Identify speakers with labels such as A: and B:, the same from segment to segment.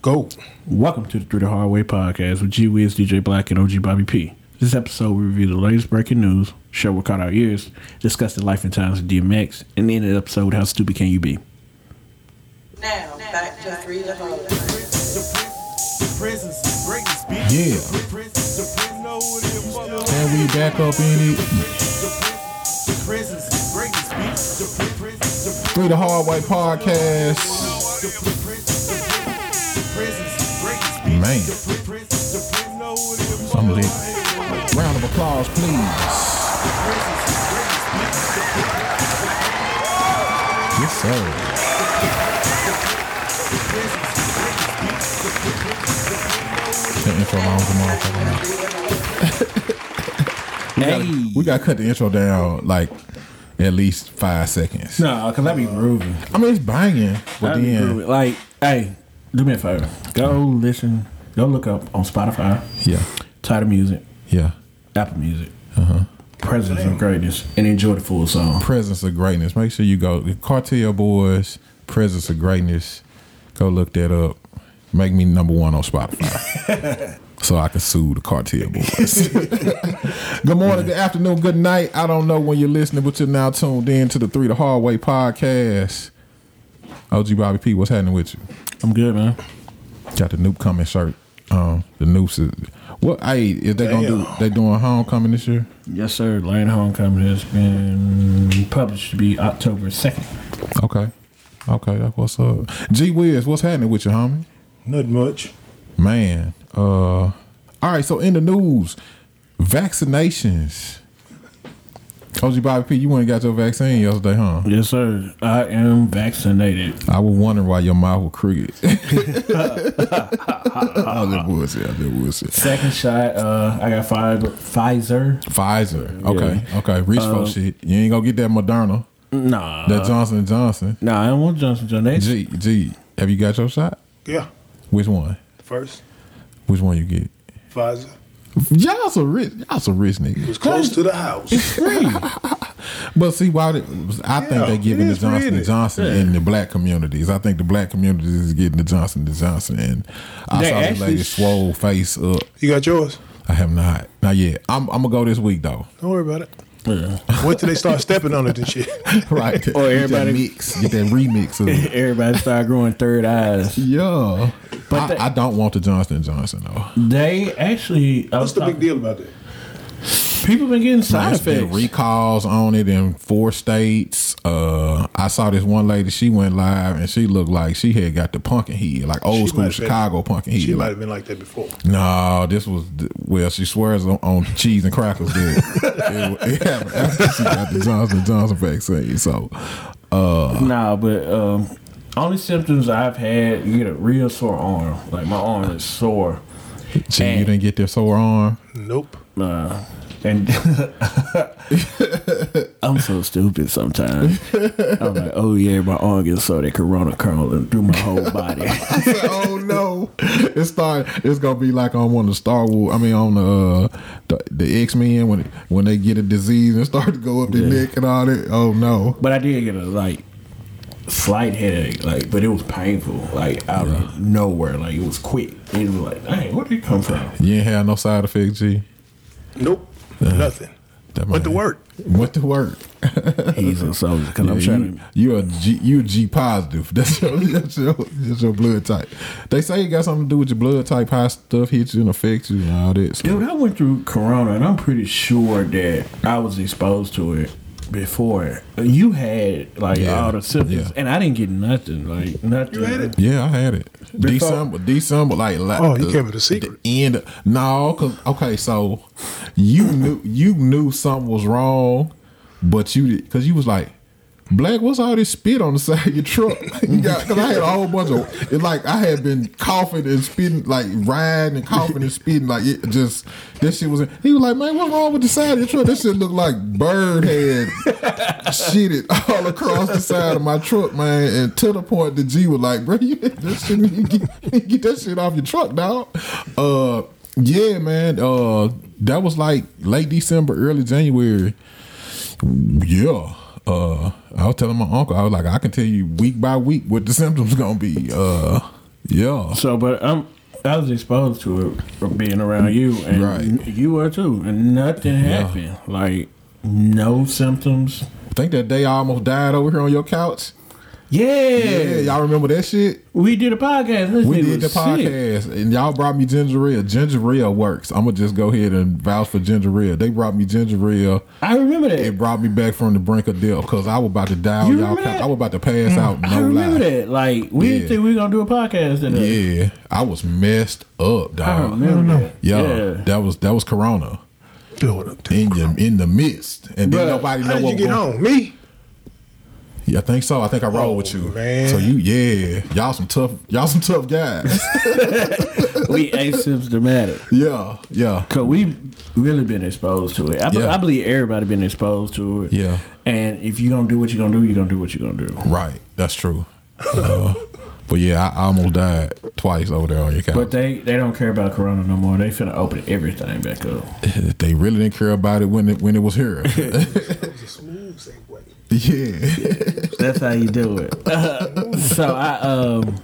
A: Go.
B: Welcome to the Through the Hard Way podcast with G Wiz, DJ Black, and OG Bobby P. This episode, we review the latest breaking news, show what caught our ears, discuss the life and times of DMX, and end the episode, How Stupid Can You Be?
C: Now, back to three to holiday.
A: Yeah. Can we back up in it? Through the Hard Way podcast. Man. Some of it. Round of applause, please. Yes, sir. The intro long as a motherfucker.
B: Hey!
A: We gotta cut the intro down like at least five seconds.
B: Nah, because that be groovy.
A: I mean it's banging, but
B: That be
A: then
B: groovy. Like, hey, do me a favor. Go listen, go look up on Spotify,
A: yeah,
B: Title Music,
A: yeah.
B: Apple Music, uh-huh. Presence of Greatness, and enjoy the full song.
A: Presence of greatness. Make sure you go Cartel Boys. Presence of greatness. Go look that up. Make me number one on Spotify. So I can sue the cartel boys. good morning, good afternoon, good night. I don't know when you're listening, but you're now tuned in to the Three the Hard Way podcast. OG Bobby P, what's happening with you?
B: I'm good, man.
A: Got the Noop coming shirt. Um, the Noops is what? Hey, is they gonna do?
B: Damn.
A: They doing homecoming this year?
B: Yes, sir. Lane Homecoming has been published to be October 2nd.
A: Okay, okay, that's what's up. G Wiz, what's happening with you, homie?
D: Nothing much.
A: Man, uh, all right. So in the news, vaccinations. OG Bobby P, you went and got your vaccine yesterday, huh?
B: Yes, sir. I am vaccinated.
A: I was wondering why your mouth was crooked. I was bullshit. I did bullshit.
B: Second shot, uh, I got five, Pfizer.
A: Pfizer. Okay, okay. Reach for shit. You ain't gonna get that Moderna.
B: Nah.
A: That Johnson and Johnson.
B: nah, I don't want Johnson Johnson. They-
A: G G, have you got your shot?
D: Yeah.
A: Which one?
D: First,
A: Which one you get?
D: Pfizer
A: Y'all some rich, y'all some rich niggas.
D: was close to the house.
A: But see, why? Did, I think
D: Yeah,
A: they giving the
D: it is
A: Johnson and
D: weird.
A: Johnson in the black communities. I think the black communities is getting the Johnson and Johnson, and I
B: They
A: saw the
B: actually
A: lady
B: sh-
A: swole face up.
D: You got yours.
A: I have not, not yet. I'm, I'm gonna go this week though.
D: Don't worry about it.
B: Yeah.
D: Wait till they start stepping on it and shit.
A: right?
D: Oh,
B: Or
A: Get
B: everybody-
A: that mix, get that remix. Of it.
B: Everybody started growing third eyes.
A: Yeah, but I,
B: But the-
A: I don't want the Johnson and Johnson though.
B: They actually. I was
D: What's the big
B: talking-
D: deal about that?
B: People been getting side
A: There's been
B: effects.
A: recalls on it in four states. Uh, I saw this one lady. She went live and she looked like she had got the pumpkin head, like old
D: She might
A: school
D: have been-
A: Chicago pumpkin head.
D: She might
A: Like,
D: have been like that before.
A: no, this was well. She swears on, on cheese and crackers. Dude. it, it happened after she got the Johnson Johnson vaccine. So, uh,
B: Nah, but um, only symptoms I've had, you get a real sore arm. Like my arm is sore.
A: gee, you
B: Dang.
A: didn't get their sore arm.
D: Nope.
B: Uh, and I'm so stupid sometimes. I'm like, oh yeah, my arm gets so that corona curling through my whole body.
A: oh no! It's start. It's gonna be like on one of the Star Wars. I mean, on the uh, the, the X Men when when they get a disease and start to go up their
B: Yeah.
A: neck and all that. Oh no!
B: but I did get a like slight headache, like, but it was painful, like out of nowhere, like it was quick. And it was like, dang, where did it come from?
A: You ain't have no side effects, G.
D: Nope. Nothing.
A: That
D: Went to
A: man-
D: work.
A: Went to work.
B: He's a soldier because I'm
A: Yeah,
B: trying
A: you, you a G, you a G positive. That's your, that's your that's your blood type. They say it got something to do with your blood type. How stuff hits you and affects you and all that. So,
B: Dude, I went through Corona, and I'm pretty sure that I was exposed to it before. You had like
A: Yeah,
B: all the symptoms,
A: yeah.
B: and I didn't get nothing. Like nothing.
D: You had it?
A: Yeah, I had it.
B: Before-
A: December, December, like, like
D: Oh, you
A: uh,
D: kept it a secret.
A: The end. of- no, cause okay, so you knew you knew something was wrong, but you did because you was like. Black, what's all this spit on the side of your truck? You got because I had a whole bunch of it. Like I had been coughing and spitting, like riding and coughing and spitting. Like it just that shit was. In, he was like, "Man, what's wrong with the side of your truck? That shit looked like bird head shitted all across the side of my truck, man, and to the point that G was like, "Bro, you, that shit, you get, get that shit off your truck, dog." Uh, yeah, man. Uh, that was like late December, early January. Yeah. Uh, I was telling my uncle, I was like, I can tell you week by week what the symptoms gonna be. Uh, Yeah.
B: So, but I'm. I was exposed to it from being around you, and
A: Right.
B: you were too, and nothing happened. Like no symptoms.
A: Think that day I almost died over here on your couch.
B: Yeah,
A: Yeah, y'all remember that shit?
B: we did a podcast. This
A: We
B: nigga
A: did the
B: was sick.
A: podcast, and y'all brought me ginger ale. Ginger ale works. I'm gonna just go ahead and vouch for ginger ale. They brought me ginger ale.
B: I remember that.
A: It brought me back from the brink of death because I was about to die.
B: You
A: on y'all
B: remember
A: couch.
B: that? Mm.
A: I was about to pass out. No
B: I remember
A: lie.
B: that. Like we
A: Yeah.
B: didn't think we were gonna do a podcast today.
A: Yeah, Uh, I was messed up,
B: I
A: dog.
B: remember.
D: no, no.
B: that.
A: Yeah,
B: yeah.
A: that was that was Corona
D: Build up to
A: in the in the midst, and
B: Bruh,
A: then nobody
D: How
A: know
D: did
A: what.
D: you get
A: was-
D: home? Me?
A: Yeah, I think so. I think I rolled with
D: Oh,
A: you.
D: man.
A: So you, yeah, y'all some tough, y'all some tough guys.
B: we asymptomatic.
A: yeah, yeah,
B: Cause we really been exposed to it. I, be-
A: Yeah.
B: I believe everybody been exposed to it.
A: Yeah.
B: And if you gonna do what you gonna do, you gonna do what you gonna do.
A: right. That's true. Uh, but yeah, I, I almost died twice over there on your couch.
B: But they they don't care about Corona no more. They finna open everything back up.
A: they really didn't care about it when it when it was here.
D: It was a smooth segue.
A: yeah,
B: That's how you do it. so I um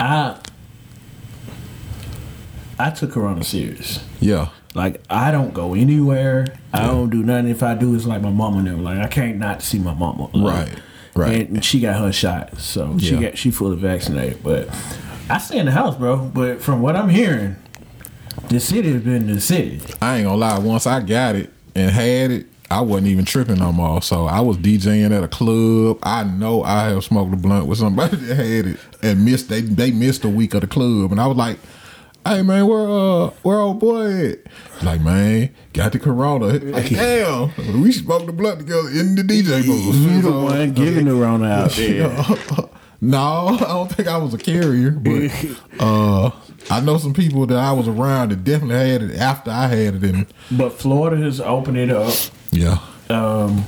B: I I took Corona serious.
A: yeah,
B: Like I don't go anywhere. I don't do nothing. If I do, it's like my mama never. Like I can't not see my mama. Like,
A: Right, right.
B: And she got her shot, so she
A: Yeah.
B: got she fully vaccinated. But I stay in the house, bro. But from what I'm hearing, the city has been the city.
A: I ain't gonna lie. Once I got it and had it, I wasn't even tripping no more. So I was DJing at a club. I know I have smoked a blunt with somebody that had it and missed. They they missed a week of the club, and I was like, "Hey man, where uh where old boy at?" He's like, "Man, got the corona." Like, Damn, we smoked the blunt together in the DJ booth.
B: You the
A: So,
B: one giving the rona out there.
A: no, I don't think I was a carrier, but uh, I know some people that I was around that definitely had it after I had it, and
B: But Florida has opened it up.
A: yeah,
B: Um,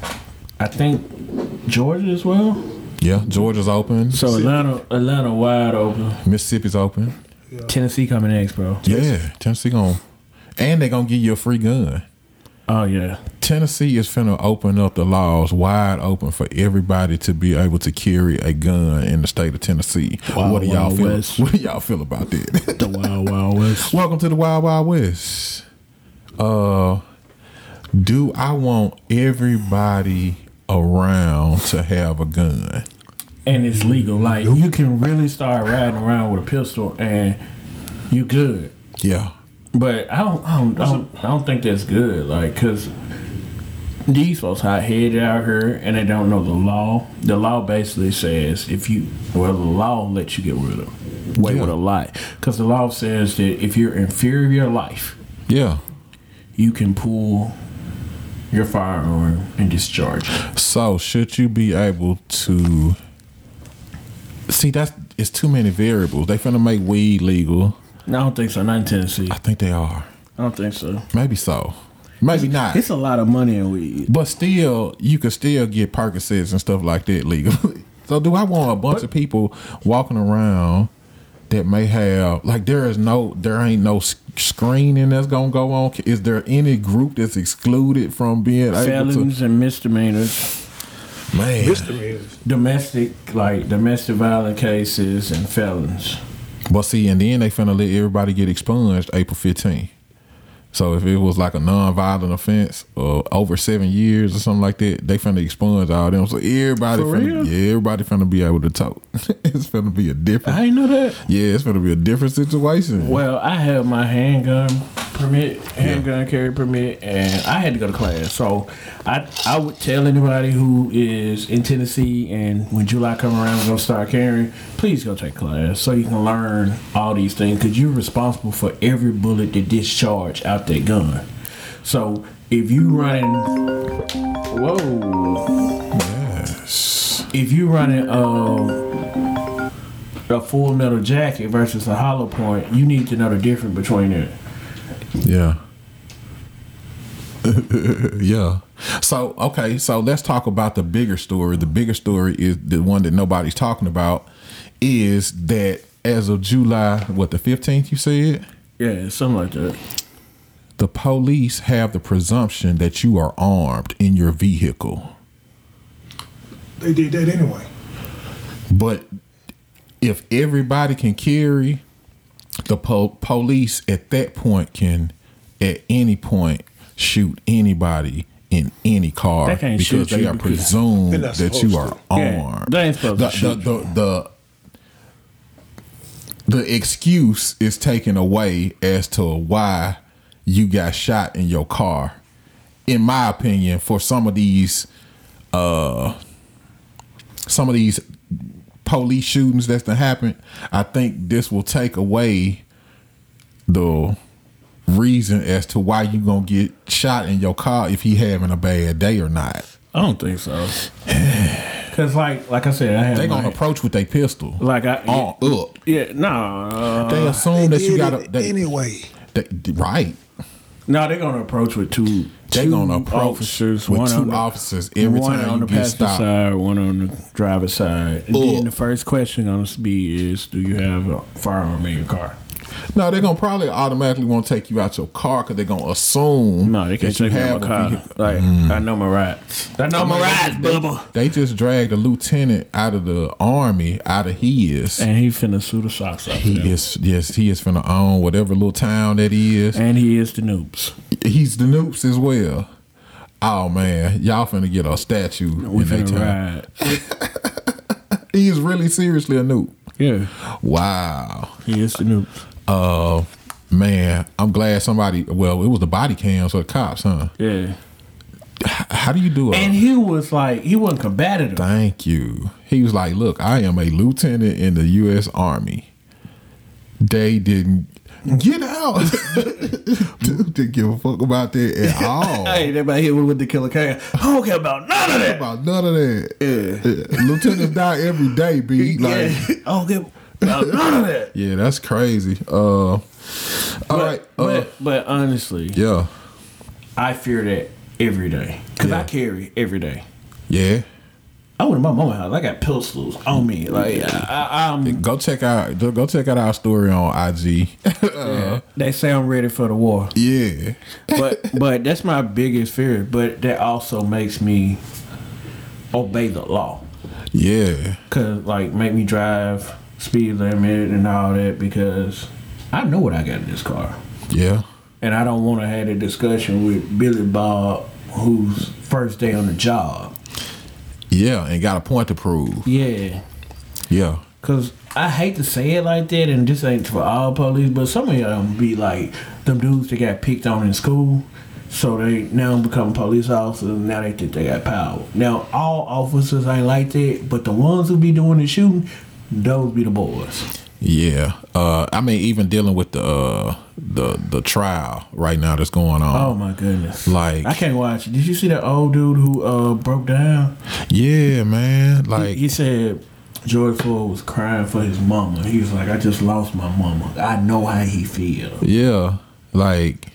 B: I think Georgia as well.
A: yeah. Georgia's open,
B: So Atlanta, Atlanta wide open.
A: Mississippi's open.
B: Tennessee coming next, bro.
A: Yeah, Tennessee gonna, and they gonna give you a free gun.
B: Oh yeah.
A: Tennessee is finna open up the laws wide open for everybody to be able to carry a gun in the state of Tennessee.
B: Wild,
A: what do y'all
B: wild
A: feel?
B: west.
A: What do y'all feel about that?
B: The Wild Wild West.
A: Welcome to the Wild Wild West. Uh, do I want everybody around to have a gun?
B: and it's legal. Like you can really start riding around with a pistol and you good.
A: Yeah,
B: But I don't, I don't, I don't, I don't think that's good. Like, cause these folks hot headed out here and they don't know the law. The law basically says if you, well, the law lets you get rid of, away
A: Yeah.
B: with a lie. Cause the law says that if you're in fear of your life,
A: yeah.
B: you can pull your firearm and discharge. it.
A: So should you be able to see? That's it's too many variables. They finna make weed legal.
B: No, I don't think so. Not in Tennessee.
A: I think they are.
B: I don't think so.
A: Maybe so. Maybe not.
B: It's a lot of money in weed.
A: But still, you could still get Percocets and stuff like that legally. so, do I want a bunch of people walking around that may have like there is no there ain't no s- screening that's gonna go on? Is there any group that's excluded from being able
B: felons and misdemeanors,
A: to? Man,
D: Misdemeanors.
B: domestic like domestic violent cases and felons.
A: but see, and then they finna let everybody get expunged April fifteenth. So if it was like a non-violent offense or over seven years or something like that, they finna expunge all them. So everybody,
B: For
A: finna,
B: real?
A: yeah, everybody finna be able to talk. it's finna be a different.
B: I ain't know that.
A: Yeah, it's gonna be a different situation.
B: Well, I have my handgun permit, handgun carry permit, and I had to go to class. So I I would tell anybody who is in Tennessee and when July come around, we're gonna start carrying. Please go take class so you can learn all these things because you're responsible for every bullet that discharge out that gun. So if you running, whoa.
A: Yes.
B: if you running um, a full metal jacket versus a hollow point, you need to know the difference between it.
A: Yeah. yeah. So okay, so let's talk about the bigger story. The bigger story is the one that nobody's talking about. Is that as of July, what the fifteenth? You said
B: Yeah, something like that.
A: the police have the presumption that you are armed in your vehicle,
D: They did that anyway.
A: but if everybody can carry, the po- police at that point can, at any point, shoot anybody in any car
B: They can't
A: because
B: shoot
A: they
B: you
A: are
B: because-
A: presumed
D: They're not
A: that you are
D: supposed
B: to. Yeah,
A: armed.
B: they ain't supposed to
A: the, the,
B: shoot
A: the, the the excuse is taken away as to why you got shot in your car. In my opinion, for some of these, uh, some of these police shootings that's done happened, I think this will take away the reason as to why you gonna get shot in your car if he having a bad day or not.
B: I don't think so. Cause like like I said, I had
A: They gonna Oh,
B: like,
A: approach with a pistol,
B: like I
A: on up.
B: yeah uh, no
A: They assume that you
D: did
A: got a
D: it
A: they-
D: anyway.
A: they- right.
B: no they're gonna approach with two
A: They
B: two
A: gonna approach with two
B: on the-
A: officers every
B: one
A: time
B: on the
A: you get
B: passenger
A: stopped.
B: side, one on the driver's side. And
A: Ugh.
B: then the first question gonna be is, do you have a firearm in your car?
A: No, they're gonna probably automatically want to take you out your car because they're gonna assume.
B: No, they can't
A: that you
B: take me out
A: have
B: my
A: a
B: car.
A: vehicle.
B: Like I know my rights. Mm. I know my rights, Bubba.
A: They just dragged a lieutenant out of the army out of his.
B: And he finna sue the socks off.
A: he
B: them.
A: is yes, he is finna own whatever little town that is.
B: And he is the noobs.
A: He's the noops as well. Oh man, y'all finna get a statue
B: We
A: in that
B: finna
A: town.
B: ride.
A: He's really seriously a noob.
B: Yeah,
A: Wow.
B: he is the noobs.
A: Uh man, I'm glad somebody well, it was the body cams or the cops, huh?
B: Yeah.
A: How do you do it?
B: And he was like, he wasn't combative.
A: Thank you. He was like, Look, I am a lieutenant in the U.S. Army. They didn't get out. Dude didn't give a fuck about that at all.
B: Hey, everybody here with the killer cat. I don't care about none of that.
A: About none of that. Yeah. Lieutenants die every day, B. Like, yeah,
B: yeah, I don't care about none of that.
A: that's crazy. Uh, all right,
B: But,
A: uh,
B: but, but honestly,
A: yeah.
B: I fear that every day because
A: Yeah.
B: I carry every day.
A: Yeah.
B: I went to my mama's house. I got pistols on me. Like I, I, am
A: Go check out go check out our story on IG. Uh-huh.
B: they say I'm ready for the war,
A: yeah.
B: but but that's my biggest fear. But that also makes me obey the law.
A: Yeah.
B: Cause like make me drive speed limit and all that because I know what I got in this car,
A: Yeah.
B: and I don't want to have a discussion with Billy Bob, who's first day on the job.
A: Yeah. And got a point to prove.
B: Yeah,
A: Yeah.
B: cause I hate to say it like that, and this ain't for all police, but some of them be like them dudes that got picked on in school. So they now become police officers. Now they think they got power. Now all officers ain't like that, but the ones who be doing the shooting, those be the boys.
A: Yeah, uh, I mean, even dealing with the uh, the the trial right now that's going
B: Oh
A: on.
B: my goodness!
A: Like-
B: I can't watch. it. Did you see that old dude who uh broke down?
A: Yeah, man.
B: He,
A: Like,
B: he said George Floyd was crying for his mama. He was like, "I just lost my mama. I know how he feels."
A: yeah, like,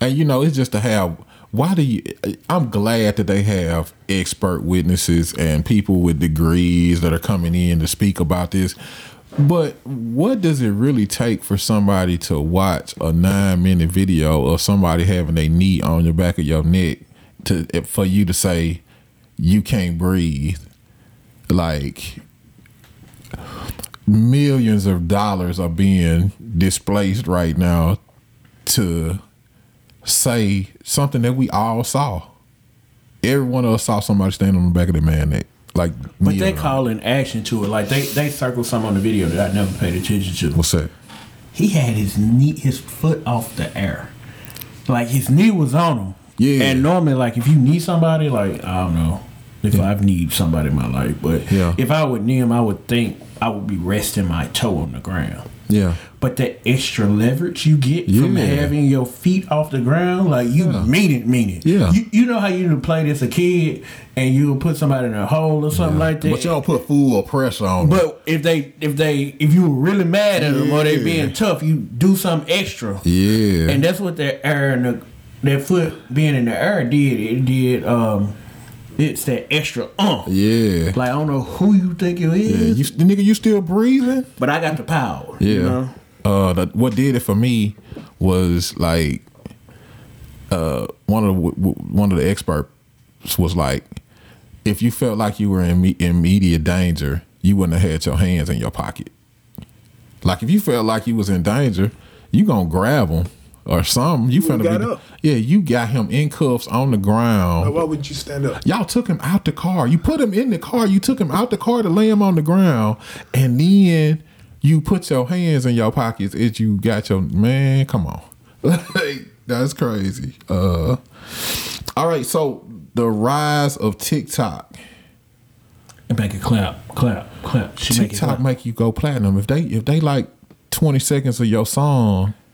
A: and you know, it's just to have. Why do you? I'm glad that they have expert witnesses and people with degrees that are coming in to speak about this. But what does it really take for somebody to watch a nine minute video of somebody having a knee on the back of your neck to for you to say you can't breathe? like millions of dollars are being displaced right now to say something that we all saw. Every one of us saw somebody standing on the back of the man neck. Like
B: But
A: kneeling
B: they
A: on.
B: call in action to it. Like they they circled some on the video that I never paid attention to.
A: what's that?
B: He had his knee, his foot off the air, like his knee was on him.
A: Yeah.
B: And normally, like if you need somebody, like I don't know if I've need somebody in my life, but
A: Yeah.
B: if I would need him, I would think I would be resting my toe on the ground.
A: Yeah.
B: But that extra leverage you get from
A: Yeah.
B: having your feet off the ground, like you mean it, mean it.
A: Yeah.
B: You, you know how you would play this a kid and you would put somebody in a hole or something like that.
A: But y'all put full pressure on. them.
B: But if they if they if you were really mad at them or they
A: Yeah.
B: being tough, you do something extra.
A: yeah.
B: And that's what that air in the that foot being in the air did. It did um it's that extra ump.
A: yeah.
B: Like I don't know who you think you
A: yeah.
B: is,
A: You, the nigga, you still breathing?
B: but I got the power.
A: Yeah.
B: You know?
A: Uh, the, what did it for me was like, uh, one of the, w- w- one of the experts was like, if you felt like you were in me- immediate danger, you wouldn't have had your hands in your pocket. Like if you felt like you was in danger, you gonna grab him or something. You finna
D: got
A: be.
D: up. Oh,
A: Yeah, you got him in cuffs on the ground.
D: Now, why would you stand up?
A: Y'all took him out the car. You put him in the car. You took him out the car to lay him on the ground, and then you put your hands in your pockets. If you got your man, come on, Like, that's crazy. Uh, all right, so the rise of TikTok.
B: And make it clap, clap, clap. She make it
A: TikTok
B: clap.
A: make you go platinum if they if they like twenty seconds of your song.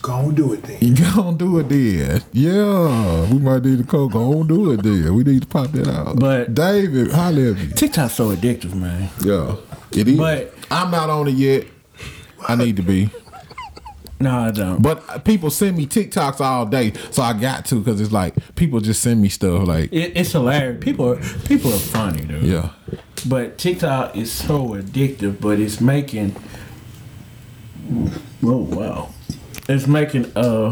D: Go on, do it then.
A: You gonna do it then? Yeah, we might need to go. Go on, do it then. We need to pop that out.
B: But-
A: David, holla at me.
B: TikTok's so addictive, man.
A: Yeah, it is.
B: But-
A: I'm not on it yet. I need to be.
B: No, I don't.
A: But people send me TikToks all day, so I got to because it's like people just send me stuff like
B: It, it's hilarious. People are people are funny, dude.
A: yeah.
B: But TikTok is so addictive, but it's making. Oh wow! It's making uh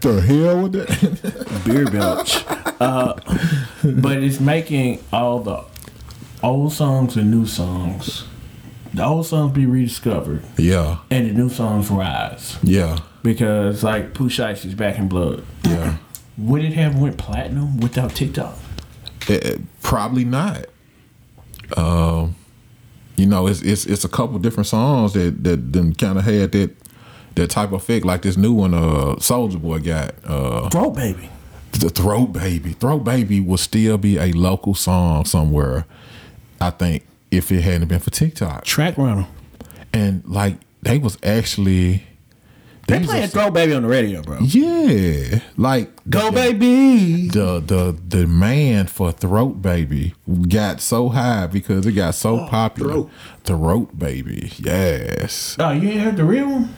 A: The hell with that?
B: beer belch, uh, but it's making all the old songs and new songs. The old songs be rediscovered,
A: yeah,
B: and the new songs rise
A: yeah,
B: because like Pooh Shiesty is back in blood.
A: yeah.
B: Would it have went platinum without TikTok?
A: It- it- Eh, probably not. Um, you know, it's it's it's a couple different songs that that then kind of had that that type of effect, like this new one, uh, Soldier Boy got. Uh,
B: Bro, baby.
A: the Throw Baby. Throw Baby will still be a local song somewhere, I think, if it hadn't been for TikTok.
B: Track runner.
A: And like they was actually
B: They
A: was
B: playing
A: a-
B: Throw Baby on the radio, bro.
A: Yeah. Like
B: Go
A: the-
B: baby.
A: The the the demand for Throat Baby got so high because it got
B: Oh,
A: so popular.
D: Throat.
A: Throat Baby. Yes.
B: Oh, you ain't heard the real one?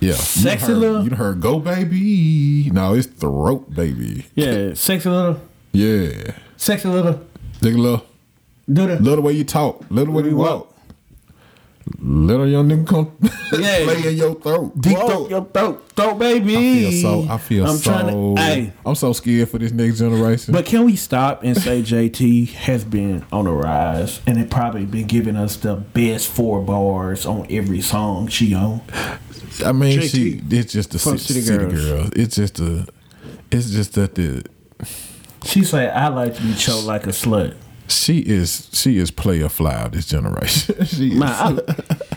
A: Yeah.
B: Sexy
A: you done heard,
B: little-
A: you done heard Go Baby. No, it's Throat Baby.
B: Yeah, sexy little,
A: Yeah.
B: sexy little,
A: Dig a little
B: do the
A: Little way you talk, little way you walk. Little young nigga come
B: Yeah.
A: play in your throat. Deep
B: throw
A: throat.
B: your throat, throat baby.
A: I feel so. I feel
B: I'm
A: so.
B: Trying to, hey,
A: I'm so scared for this next generation.
B: but can we stop and say JT has been on the rise and it probably been giving us the best four bars on every song she on.
A: I mean,
D: JT
A: she. It's just the
B: from
A: city,
B: City
A: city, girl.
B: Girls.
A: It's just the. It's just that the
B: She say I like to be choked like a slut.
A: she is she is player fly of this generation. she is.
B: Man, I,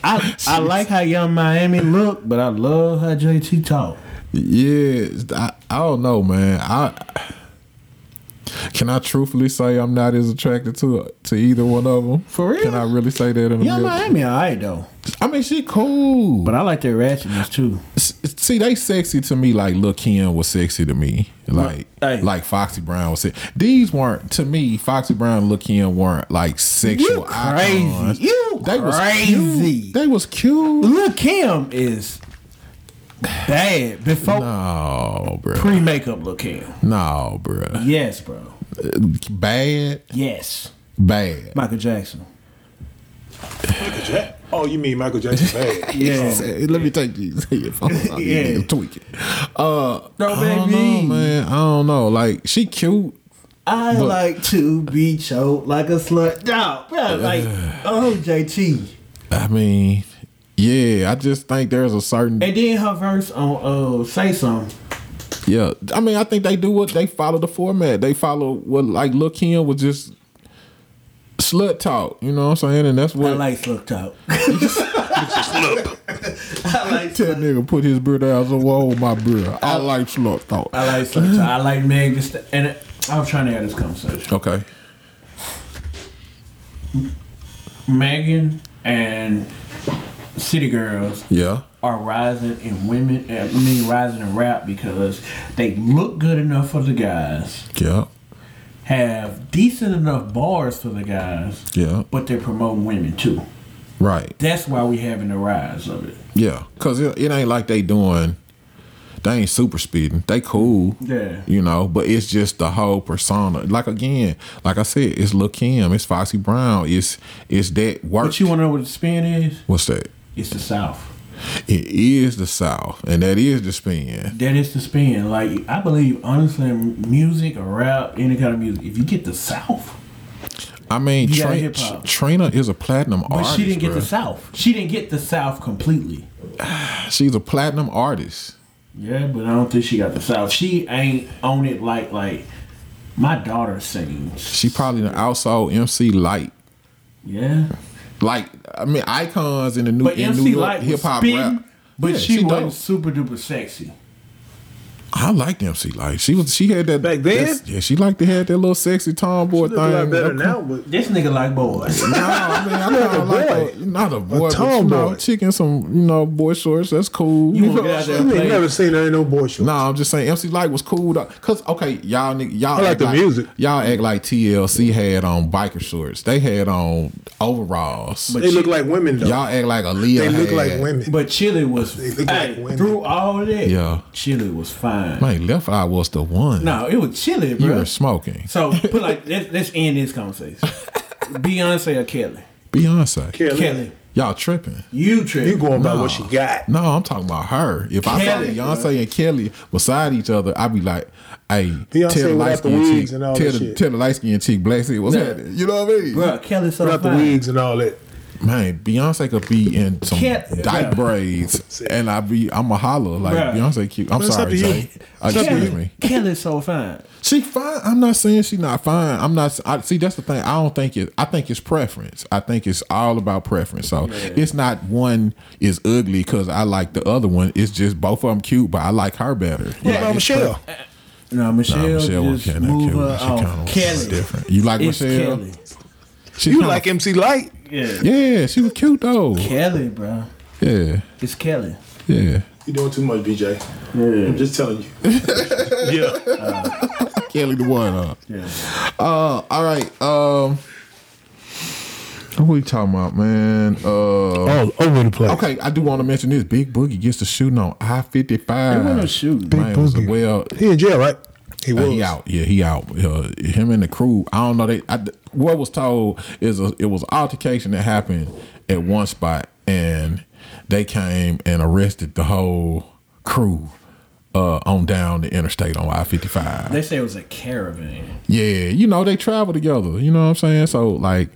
B: I, I like how young Miami look, but I love how JT talk.
A: Yeah, I, I don't know, man. I can I truthfully say I'm not as attracted to to either one of them.
B: For real?
A: Can I really say that in a
B: Young
A: real-
B: Miami, alright though,
A: I mean, she cool.
B: but I like their ratchetness too.
A: S- see, they sexy to me like Lil Kim was sexy to me. Like,
B: Hey.
A: like Foxy Brown was. Sexy. These weren't to me. Foxy Brown, and Lil Kim weren't like sexual
B: You crazy.
A: icons.
B: You
A: Was
B: crazy.
A: cute. They was cute.
B: Lil Kim is bad before
A: No, bro.
B: pre makeup Lil Kim.
A: No, bro.
B: Yes, bro.
A: Bad,
B: Yes.
A: bad.
B: Michael Jackson.
D: Michael Jack- Oh, you mean Michael Jackson bad?
B: Yeah.
A: Hey, Let me take these headphones off.
B: Yeah.
A: Yeah, tweak it. Uh,
B: No,
A: I don't know, man. I don't know. Like, she cute.
B: I
A: But-
B: like to be choked like a slut. No, bro, like, oh, JT.
A: I mean, yeah. I just think there's a certain
B: And then her verse on uh, Say Something.
A: Yeah, I mean, I think they do what they follow the format. They follow what like Lil Kim was just slut talk. You know what I'm saying? And that's
B: I
A: what
B: like slut talk. I like
A: that
B: slut.
A: nigga put his beard out. So whoa, my beard. I like slut talk.
B: I like slut talk. I like Meg. Thee Sta- And I was trying to have this conversation.
A: Okay.
B: Megan and City Girls
A: Yeah.
B: are rising in women, uh, I mean, rising in rap because they look good enough for the guys,
A: Yeah.
B: have decent enough bars for the guys,
A: Yeah.
B: but they're promoting women too.
A: Right.
B: That's why we having the rise of it.
A: Yeah. Cause it, it ain't like they doing. They ain't super speeding. They cool.
B: Yeah.
A: You know, but it's just the whole persona. Like again, like I said, it's Lil Kim. It's Foxy Brown. It's it's that work.
B: But you want to know what the spin is?
A: What's that?
B: It's the South.
A: It is the South, and that is the spin.
B: That is the spin. Like I believe, honestly, in music or rap, any kind of music, if you get the South,
A: I mean,
B: You got
A: Tra-
B: hip-hop.
A: Trina is a platinum
B: But
A: artist.
B: she didn't get
A: bruh.
B: the South. She didn't get the South completely.
A: She's a platinum artist.
B: Yeah, but I don't think she got the South. She ain't on it like like my daughter sings.
A: She probably done outsold MC Light.
B: Yeah,
A: Like I mean, icons in the new
B: but
A: in
B: MC
A: new
B: Light
A: hip hop
B: was
A: rap.
B: spitting, but
A: Yeah,
B: she,
A: dope.
B: wasn't super duper sexy.
A: I liked MC Light. She was. She had that
D: Back then?
A: that's- Yeah, she liked to had that little sexy tomboy
D: Look
A: thing.
D: a lot better
A: Okay.
D: now, but
B: This nigga like boys.
A: No, I mean, I kind of like a, not a boy, but you know,
D: tomboy.
A: chicken some you know boy shorts. That's cool.
B: You won't get out there and
D: you
B: play.
D: ain't never seen her in no boy show.
A: Nah, I'm just saying MC Light was cool though. Cause okay, y'all nigg- y'all
D: I like
A: act
D: the music.
A: Y'all act like TLC had on biker shorts. They had on overalls.
B: But
D: they
B: she-
D: look like women though.
A: y'all act like Aaliyah.
D: they look
A: had-
D: like women.
B: But Chili was
D: They look
B: hey,
D: like women.
B: through all that.
A: Yeah.
B: Chili was fine.
A: Man, Left Eye was the one.
B: No, it was Chili,
A: you
B: bro.
A: were smoking.
B: So put like let's, let's end this conversation. Beyonce or Kelly?
A: Beyonce.
D: Kelly,
B: Kelly,
A: Y'all tripping.
B: you trip.
D: you going by what she got?
A: No, I'm talking about her. If I saw
B: Kelly,
A: Beyonce and Kelly beside each other, I'd be like, "Hey,
D: Beyonce
A: tell the
D: without
A: light
D: the
A: skinned
D: wigs
A: chick,
D: and all
A: tell
D: that
A: the,
D: shit.
A: tell the light skinned chick, black chick, what's
B: Nah.
A: happening?" You know what I mean?
B: bro. Kelly so
D: Without the
B: fine.
D: wigs and all that.
A: Man, Beyonce could be in some
B: Kel-
A: dyke
B: Bruh.
A: braids, and I be I'm a holler like
B: Bruh.
A: Beyonce cute. I'm
D: Man, it's up
A: sorry,
D: to you.
A: Jay. Uh,
D: It's up to
A: Excuse
D: you.
A: me.
B: Kelly so fine.
A: She fine. I'm not saying she not fine. I'm not. I see. That's the thing. I don't think it. I think it's preference. I think it's all about preference. So it's not one is ugly because I like the other one. It's just both of them cute, but I like her better.
D: What
A: Like, it's
D: about Michelle?
B: No, Michelle,
A: Nah, Michelle was
B: just
A: kind of
B: move
A: cute.
B: her
A: She kind
B: off.
A: of
B: Kelly,
A: different. You like
B: it's
A: Michelle?
B: Kelly.
A: She
D: You
A: kinda-
D: like MC Light?
B: Yeah.
A: Yeah, she was cute though.
B: Kelly, bro.
A: Yeah,
B: It's Kelly.
A: yeah.
D: You're doing too much, BJ.
B: Yeah.
D: just telling you. yeah.
A: Kelly the one. Huh?
B: yeah.
A: Uh, all right. Um, what we talking about, man? Uh.
D: All Oh, over the place.
A: Okay, I do want to mention this. Big Boogie gets the shooting on I fifty five.
B: It wasn't a shooting.
A: Man, it was a
D: Boogie.
A: well,
D: He in jail, right? He
A: uh,
D: was.
A: he out. Yeah, he out. Uh, him and the crew. I don't know. They. I, what was told is a, it was an altercation that happened at one spot, and they came and arrested the whole crew uh, on down the interstate on I fifty five.
B: They say it was a caravan.
A: Yeah, you know they travel together. You know what I'm saying? So like,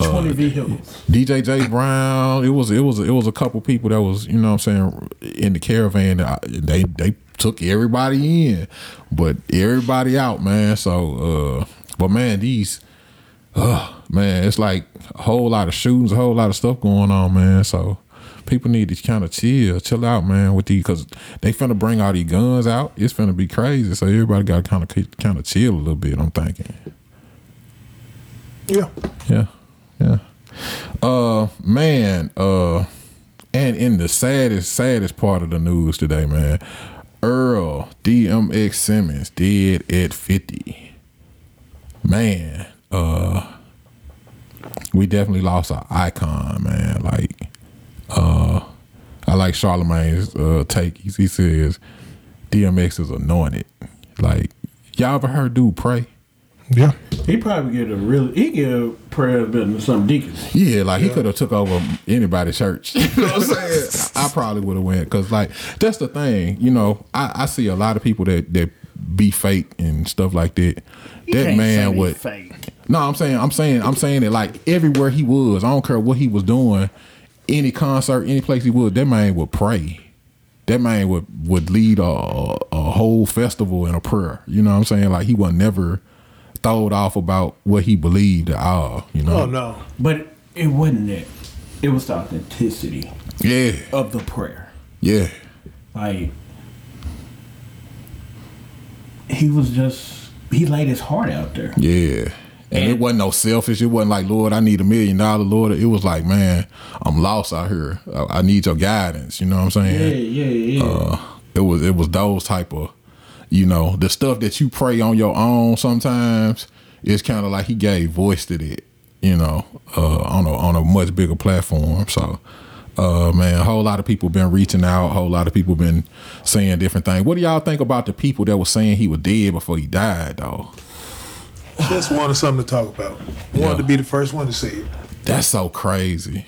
A: uh,
B: Twenty vehicles.
A: DJ J Brown. It was it was it was a couple people that was you know what I'm saying in the caravan. that I- They they took everybody in, but everybody out, man. So, uh, but man, these, uh, man, it's like a whole lot of shootings, a whole lot of stuff going on, man. So. People need to kind of chill, chill out, man. With these, cause they finna bring all these guns out. It's finna be crazy. So everybody got to kind of, kind of chill a little bit. I'm thinking.
D: Yeah.
A: Yeah. Yeah. Uh man, uh and in the saddest, saddest part of the news today, man, Earl DMX Simmons dead at 50. Man, uh we definitely lost an icon, man. Like uh I like Charlemagne's uh take. He, he says DMX is anointed. Like y'all ever heard dude pray?
D: Yeah.
B: He probably get a really he get a prayer better than some deacons.
A: Yeah, like he could have took over anybody's church. you know what I'm saying? I probably would have went because, like, that's the thing. You know, I, I see a lot of people that that be fake and stuff like that. that man would.
B: fake.
A: No, I'm saying, I'm saying, I'm saying that like everywhere he was, I don't care what he was doing, any concert, any place he was, that man would pray. That man would would lead a, a a whole festival in a prayer. You know what I'm saying? Like he was never thrown off about what he believed at all. You know?
D: Oh no.
B: But it wasn't that. It was the authenticity
A: Yeah,
B: of the prayer.
A: yeah.
B: Like he was just he laid his heart out there.
A: Yeah. And, it
B: And-
A: wasn't no selfish. It wasn't like, Lord, I need a million dollar, Lord. It was like, man, I'm lost out here. I, I need your guidance. You know what I'm
B: Yeah,
A: saying?
B: yeah, yeah.
A: Uh, it was it was those type of, you know, the stuff that you pray on your own sometimes. It's kind of like he gave voice to that, you know, uh, on a on a much bigger platform. So, uh, man, a whole lot of people been reaching out. A whole lot of people been saying different things. What do y'all think about the people that was saying he was dead before he died, though?
D: Just wanted something to talk about. Wanted
A: Yeah.
D: to be the first one to say it.
A: That's so crazy.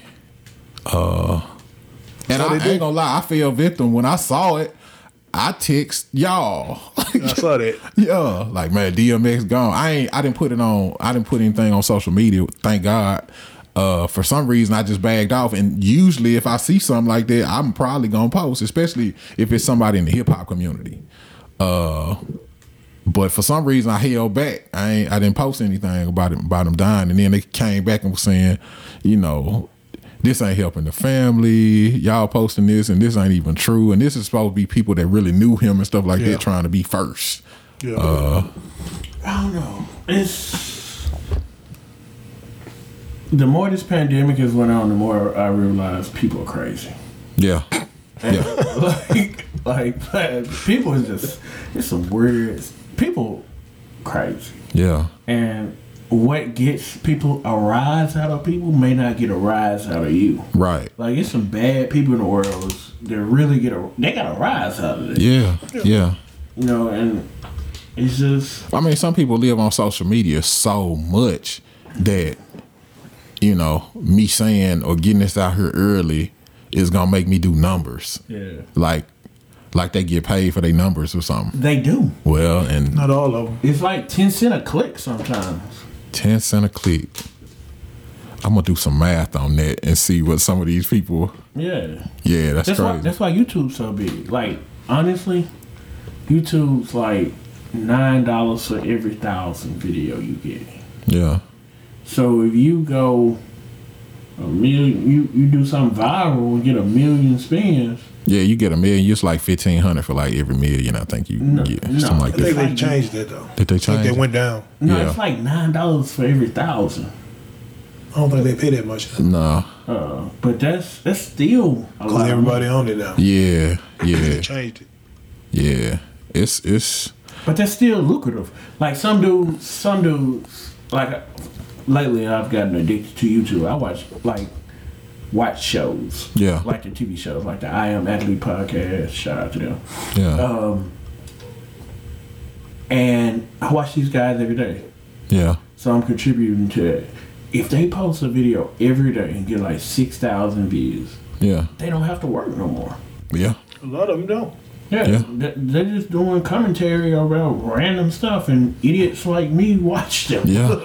A: Uh, and
D: How
A: I
D: they do?
A: ain't gonna lie, I fell victim when I saw it. I text y'all.
D: I saw that.
A: Yeah, like man, DMX gone. I ain't. I didn't put it on. I didn't put anything on social media. Thank God. Uh, for some reason, I just bagged off. And usually, if I see something like that, I'm probably gonna post, especially if it's somebody in the hip hop community. Uh, but for some reason, I held back. I ain't. I didn't post anything about it about him dying. And then they came back and was saying, you know. This ain't helping the family. Y'all posting this, and this ain't even true. And this is supposed to be people that really knew him and stuff like
D: Yeah.
A: that trying to be first.
D: Yeah.
B: I don't know. It's the more this pandemic has went on, the more I realize people are crazy.
A: Yeah. Yeah.
B: like, like man, people is just it's some weird people crazy.
A: Yeah.
B: And what gets people a rise out of people may not get a rise out of you.
A: Right.
B: Like it's some bad people in the world that really get a they got a rise out of it.
A: Yeah. Yeah.
B: You know, and it's just
A: I mean, some people live on social media so much that, you know, me saying or getting this out here early is going to make me do numbers.
B: Yeah.
A: Like, like they get paid for their numbers or something.
B: they do.
A: Well, and
D: Not all of them.
B: It's like ten cent a click sometimes.
A: 10 cent a click. I'm going to do some math on that and see what some of these people.
B: Yeah.
A: Yeah, that's,
B: That's why
A: crazy.
B: that's why YouTube's so big. Like honestly, YouTube's like nine dollars for every thousand video you get.
A: yeah.
B: So if you go a million, you you do something viral and get a million spins.
A: Yeah, you get a million. It's like 1500 for like every million, I think you get.
B: no.
A: Something like
D: I
A: that.
D: think they changed that though.
A: Did they
D: I think
A: change
D: they
A: it?
D: went down.
B: No,
A: Yeah.
B: it's like nine dollars for every thousand.
D: I don't think they pay that much now.
A: No.
B: Uh, but that's that's still a
D: Cause
B: lot.
D: everybody owned it now.
A: Yeah.
D: They
A: Yeah.
D: changed it.
A: Yeah, it's it's
B: But that's still lucrative. Like some dudes, some dudes, like lately I've gotten addicted to YouTube. I watch like watch shows.
A: Yeah.
B: Like the TV shows, like the I Am Athlete podcast. Shout out to them.
A: yeah
B: And I watch these guys every day,
A: yeah
B: so I'm contributing to it. If they post a video every day and get like six thousand views,
A: yeah
B: they don't have to work no more.
A: yeah
D: A lot of them don't.
B: Yeah,
A: Yeah.
B: they- they're just doing commentary about random stuff, and idiots like me watch them.
A: yeah.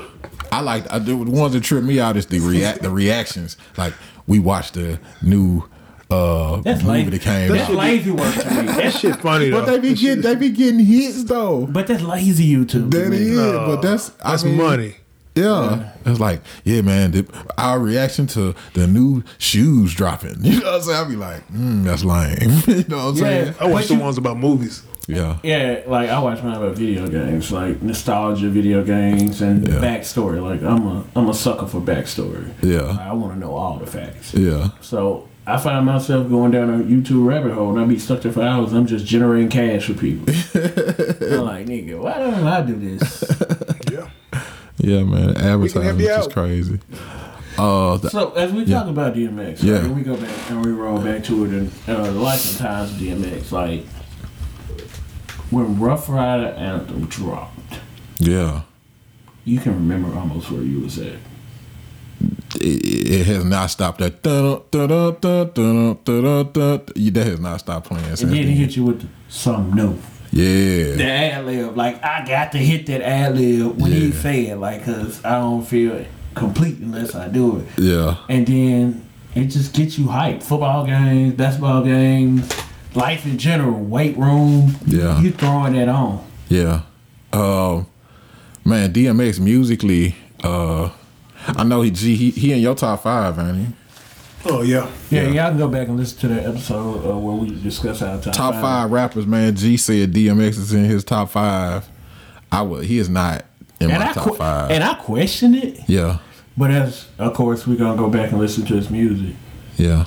A: I like I do the ones that trip me out is the react the reactions. Like we watched the new uh
B: That's
A: movie
B: lazy.
A: that came
B: That's
A: out.
B: lazy work to me. That shit.
D: Shit funny though.
A: But they be getting they be getting hits though.
B: But that's lazy YouTube.
A: That is,
D: No,
A: but that's I
D: That's
A: mean,
D: money.
A: Yeah. It's like, yeah, man, the, our reaction to the new shoes dropping. You know what I'm saying? I'll be like, mm, that's lame. you know what I'm saying?
D: I watch the ones about movies.
A: Yeah.
B: Yeah, like I watch mine about video games, like nostalgia video games and
A: Yeah.
B: backstory. Like I'm a I'm a sucker for backstory. Like,
A: Yeah.
B: I want to know all the facts.
A: Yeah.
B: So I find myself going down a YouTube rabbit hole and I be stuck there for hours. I'm just generating cash for people. I'm like, nigga, why don't I do this?
D: Yeah.
A: Yeah, man. Advertising
D: you
A: is
D: out.
A: crazy. Uh, the-
B: So as we talk about DMX,
A: Yeah.
B: right, when we go back and we roll back to it and uh, the life and times of DMX, like when Rough Rider Anthem dropped,
A: yeah.
B: you can remember almost where you was at.
A: it, it has not stopped that. Dun, dun, dun, dun, dun, dun, dun, dun. That has not stopped playing since
B: And then he
A: then.
B: hit you with the, something new. The
A: Yeah.
B: ad lib, like I got to hit that ad lib when he
A: Yeah.
B: said, like, cause I don't feel complete unless I do it.
A: Yeah.
B: and then it just gets you hyped. Football games, basketball games, life in general, weight room.
A: Yeah.
B: you throwing that on.
A: Yeah. Um, man, DMX musically, uh, I know he, gee, he he in your top five, ain't he?
D: Oh yeah.
B: Yeah,
A: Yeah.
B: y'all can go back and listen to that episode uh, where we discuss our top,
A: Top five rappers, man. G said DMX is in his top five. I would. He is not in
B: And
A: my
B: I
A: top
B: que-
A: five.
B: and I question it,
A: yeah.
B: but as of course we're gonna go back and listen to his music.
A: Yeah.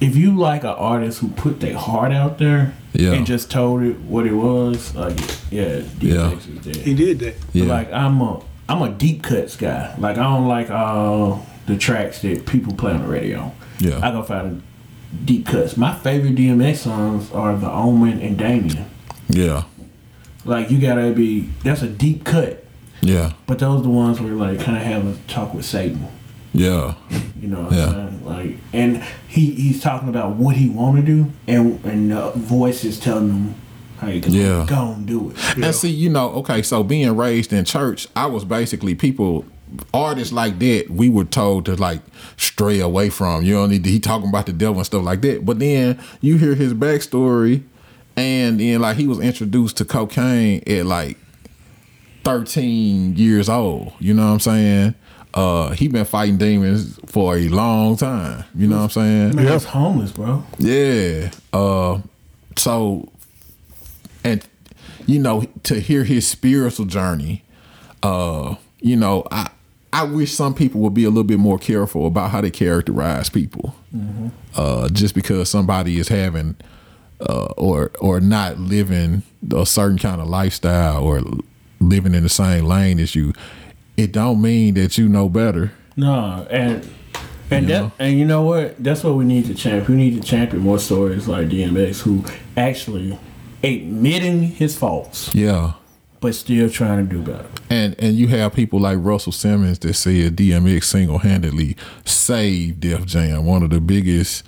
B: If you like an artist who put their heart out there
A: Yeah.
B: and just told it what it was, like yeah, DMX
A: Yeah.
B: is there.
D: He did that.
A: Yeah.
B: Like I'm a I'm a deep cuts guy. Like I don't like uh the tracks that people play on the radio.
A: Yeah.
B: I go find deep cuts. My favorite DMX songs are The Omen and Damien.
A: yeah.
B: Like you gotta be that's a deep cut.
A: Yeah.
B: But those the ones where like kinda have a talk with Satan.
A: Yeah.
B: You know what I'm
A: Yeah.
B: saying? Like and he he's talking about what he wanna do and and the voice is telling him Hey, go,
A: Yeah.
B: go and do it.
A: And see, you know, okay, so being raised in church, I was basically people artists like that we were told to like stray away from. You don't need to he talking about the devil and stuff like that. But then you hear his backstory and then like he was introduced to cocaine at like 13 years old. You know what I'm saying? Uh he been fighting demons for a long time. You know what I'm saying?
B: Man, he's homeless, bro.
A: Yeah. Uh, so, and you know, to hear his spiritual journey, uh, you know, I I wish some people would be a little bit more careful about how they characterize people. Uh, just because somebody is having uh, or or not living a certain kind of lifestyle or living in the same lane as you, it don't mean that you know better.
B: No, and and that and you know what? That's what we need to champ. We need to champion more stories like DMX, who actually admitting his faults,
A: Yeah.
B: but still trying to do better.
A: And and you have people like Russell Simmons that said DMX single handedly saved Def Jam, one of the biggest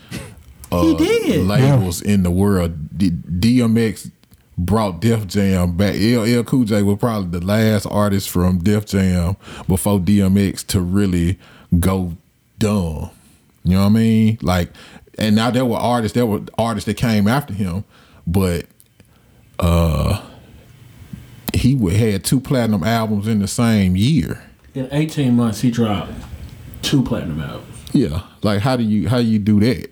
A: uh,
B: He did.
A: labels in the world. D- DMX brought Def Jam back. LL Cool J was probably the last artist from Def Jam before DMX to really go dumb. You know what I mean? Like, and now there were artists, there were artists that came after him, but uh, he would had two platinum albums in the same year.
B: In 18 months, he dropped two platinum albums.
A: Yeah. Like how do you how you do that?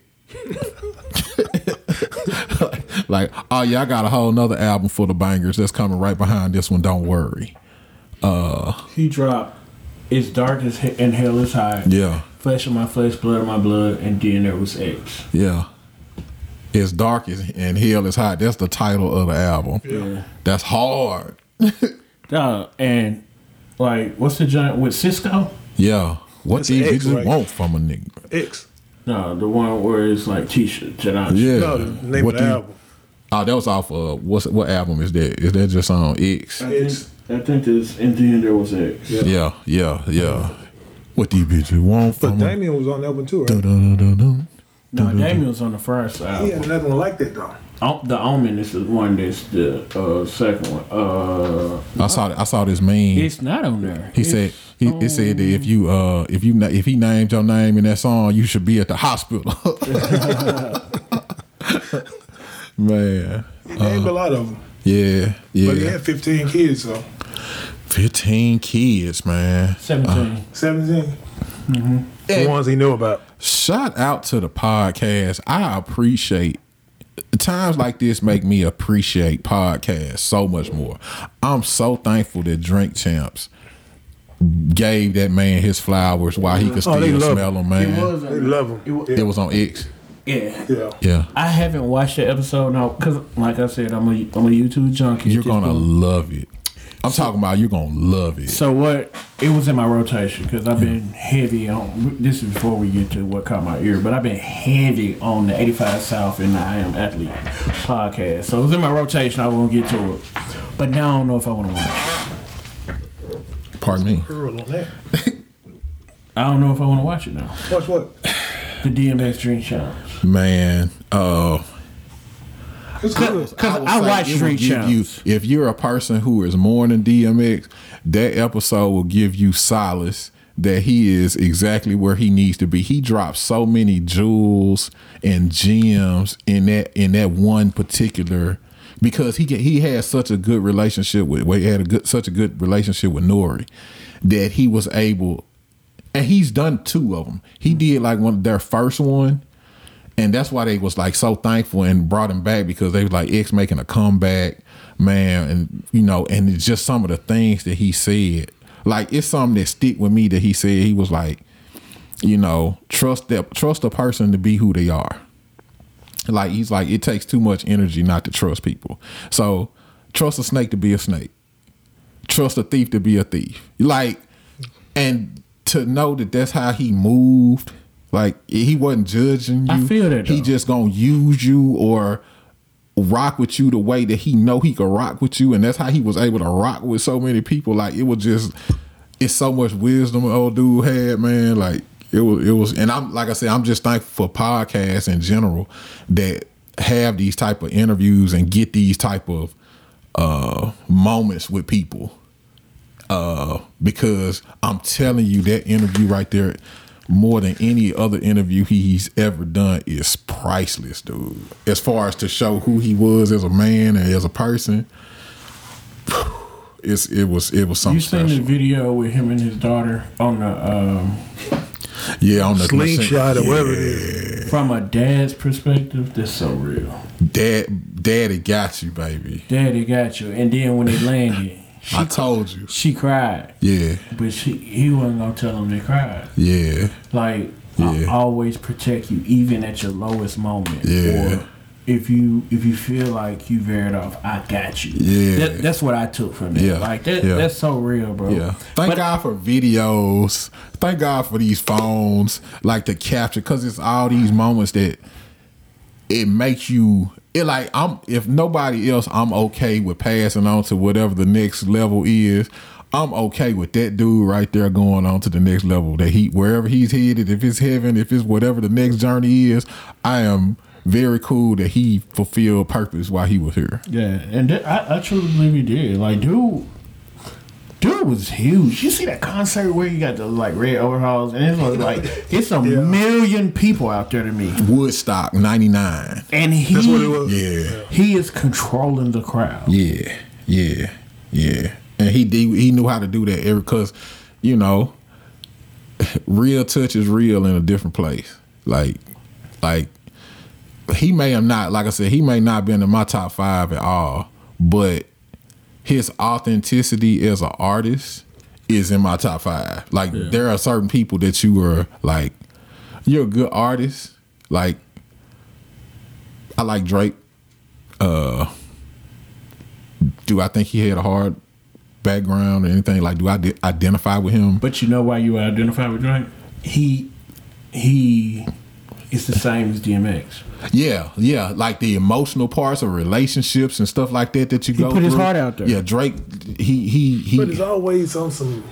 A: like, oh yeah, I got a whole nother album for the bangers that's coming right behind this one, don't worry.
B: He dropped "It's Dark as He- and Hell is High,"
A: Yeah,
B: "Flesh of My Flesh, Blood of My Blood," and then there was X.
A: yeah. It's dark as- and hell is hot. That's the title of the album.
B: Yeah.
A: That's hard.
B: Dog, and like, what's the giant with Cisco?
A: Yeah. What
D: That's
A: these
D: an X,
A: bitches
D: right?
A: want from a nigga.
D: X.
B: No, the one where it's like Tisha, Janache.
A: Yeah.
D: No, the name
A: What
D: of the
A: do you-
D: album.
A: Oh, that was off of what's what album is that? Is that just on X?
B: I think, I think this, and then there was X.
A: Yeah, yeah, yeah. What these bitches want
D: But
A: from a
D: Damien was on that one too, right?
A: Dun-dun-dun-dun-dun.
B: No, Damien was on the first album.
D: He had another one like that though.
B: Oh, the Omen is the one that's the uh, second one. Uh,
A: I saw th- I saw this meme.
B: it's not on there.
A: he said he it said that if you uh if you na- if he named your name in that song, you should be at the hospital. Man,
D: He named a lot of them.
A: yeah,
D: But he
A: Uh, yeah.
D: had 15 kids, so
A: Fifteen kids, man.
B: 17.
D: 17.
A: Mm-hmm.
D: The ones he knew about.
A: Shout out to the podcast. I appreciate times like this make me appreciate podcasts so much more. I'm so thankful that Drink Champs gave that man his flowers while he could
D: Oh,
A: still
D: they love
A: smell them, man.
B: it was.
D: They love him.
B: It wa-
A: It was on X.
B: yeah.
D: Yeah.
A: Yeah.
B: I haven't watched the episode now because, like I said, I'm a I'm a YouTube junkie.
A: You're gonna love it. I'm talking about you're gonna love it.
B: So what? It was in my rotation because I've been heavy on. This is before we get to what caught my ear, but I've been heavy on the 85 South and the I Am Athlete podcast. So it was in my rotation. I won't get to it, but now I don't know if I want to watch. it.
A: Pardon me.
D: Earl on that.
B: I don't know if I want to watch it now.
D: Watch what?
B: The DMX Dream Challenge.
A: Man, uh
D: It's good.
B: Because
A: would
B: I,
A: say
B: watch
A: it will
B: Street
A: give you,
B: Champs.
A: If you're a person who is mourning DMX, that episode will give you solace that he is exactly where he needs to be. He dropped so many jewels and gems in that in that one particular because he get- he had such a good relationship with well, he had a good such a good relationship with Nori that he was able and he's done two of them. He did like one their first one and that's why they was like so thankful and brought him back because they was like X making a comeback, man, and you know, and it's just some of the things that he said. Like it's something that stick with me that he said. He was like, you know, trust that trust a person to be who they are. Like he's like, it takes too much energy not to trust people. So trust a snake to be a snake. Trust a thief to be a thief. Like, and to know that that's how he moved. Like he wasn't judging you.
B: I feel that,
A: He
B: though.
A: just gonna use you or rock with you the way that he know he could rock with you, and that's how he was able to rock with so many people. Like it was just, it's so much wisdom old dude had, man. Like it was, it was, and I'm like I said, I'm just thankful for podcasts in general that have these type of interviews and get these type of uh, moments with people uh, because I'm telling you that interview right there, more than any other interview he's ever done, is priceless, dude. As far as to show who he was as a man and as a person, it's it was it was something
B: You seen the
A: special.
B: video with him and his daughter on the um,
A: Yeah, on the
E: Slingshot or whatever it is.
B: from a dad's perspective? That's so real.
A: Dad, daddy got you, baby.
B: Daddy got you, and then when they landed, she,
A: I told you.
B: she cried,
A: Yeah,
B: but she he wasn't gonna tell him they cried.
A: yeah,
B: Like I
A: Yeah.
B: always protect you, even at your lowest moment.
A: Yeah.
B: Or if you if you feel like you veered off, I got you.
A: Yeah.
B: That, that's what I took from it.
A: Yeah.
B: Like that.
A: Yeah.
B: That's so real, bro.
A: yeah. Thank
B: But-
A: God for videos. Thank God for these phones, like the capture, because it's all these moments that it makes you. It like I'm. If nobody else, I'm okay with passing on to whatever the next level is. I'm okay with that dude right there going on to the next level. That he wherever he's headed, if it's heaven, if it's whatever the next journey is, I am very cool that he fulfilled purpose while he was here.
B: Yeah, and that, I, I truly believe he did. Like, dude, dude was huge. You see that concert where you got the like red overalls, and it was like it's a million people out there to me,
A: Woodstock '99.
B: and he
E: That's what it was.
A: Yeah.
B: he is controlling the crowd.
A: Yeah, yeah, yeah. And he did, he knew how to do that because, you know, real touch is real in a different place. Like, like he may have not, like I said, he may not been in my top five at all, but his authenticity as an artist is in my top five. Like there are certain people that you are like, you're a good artist. Like I like Drake. Uh, Do I think he had a hard background or anything? Like, do I de- identify with him?
B: But you know why you identify with Drake? He he is the same as DMX.
A: Yeah, yeah, like the emotional parts of relationships and stuff like that that you go.
B: put his
A: through.
B: heart out there.
A: Yeah, Drake. He he he.
D: But it's always on some.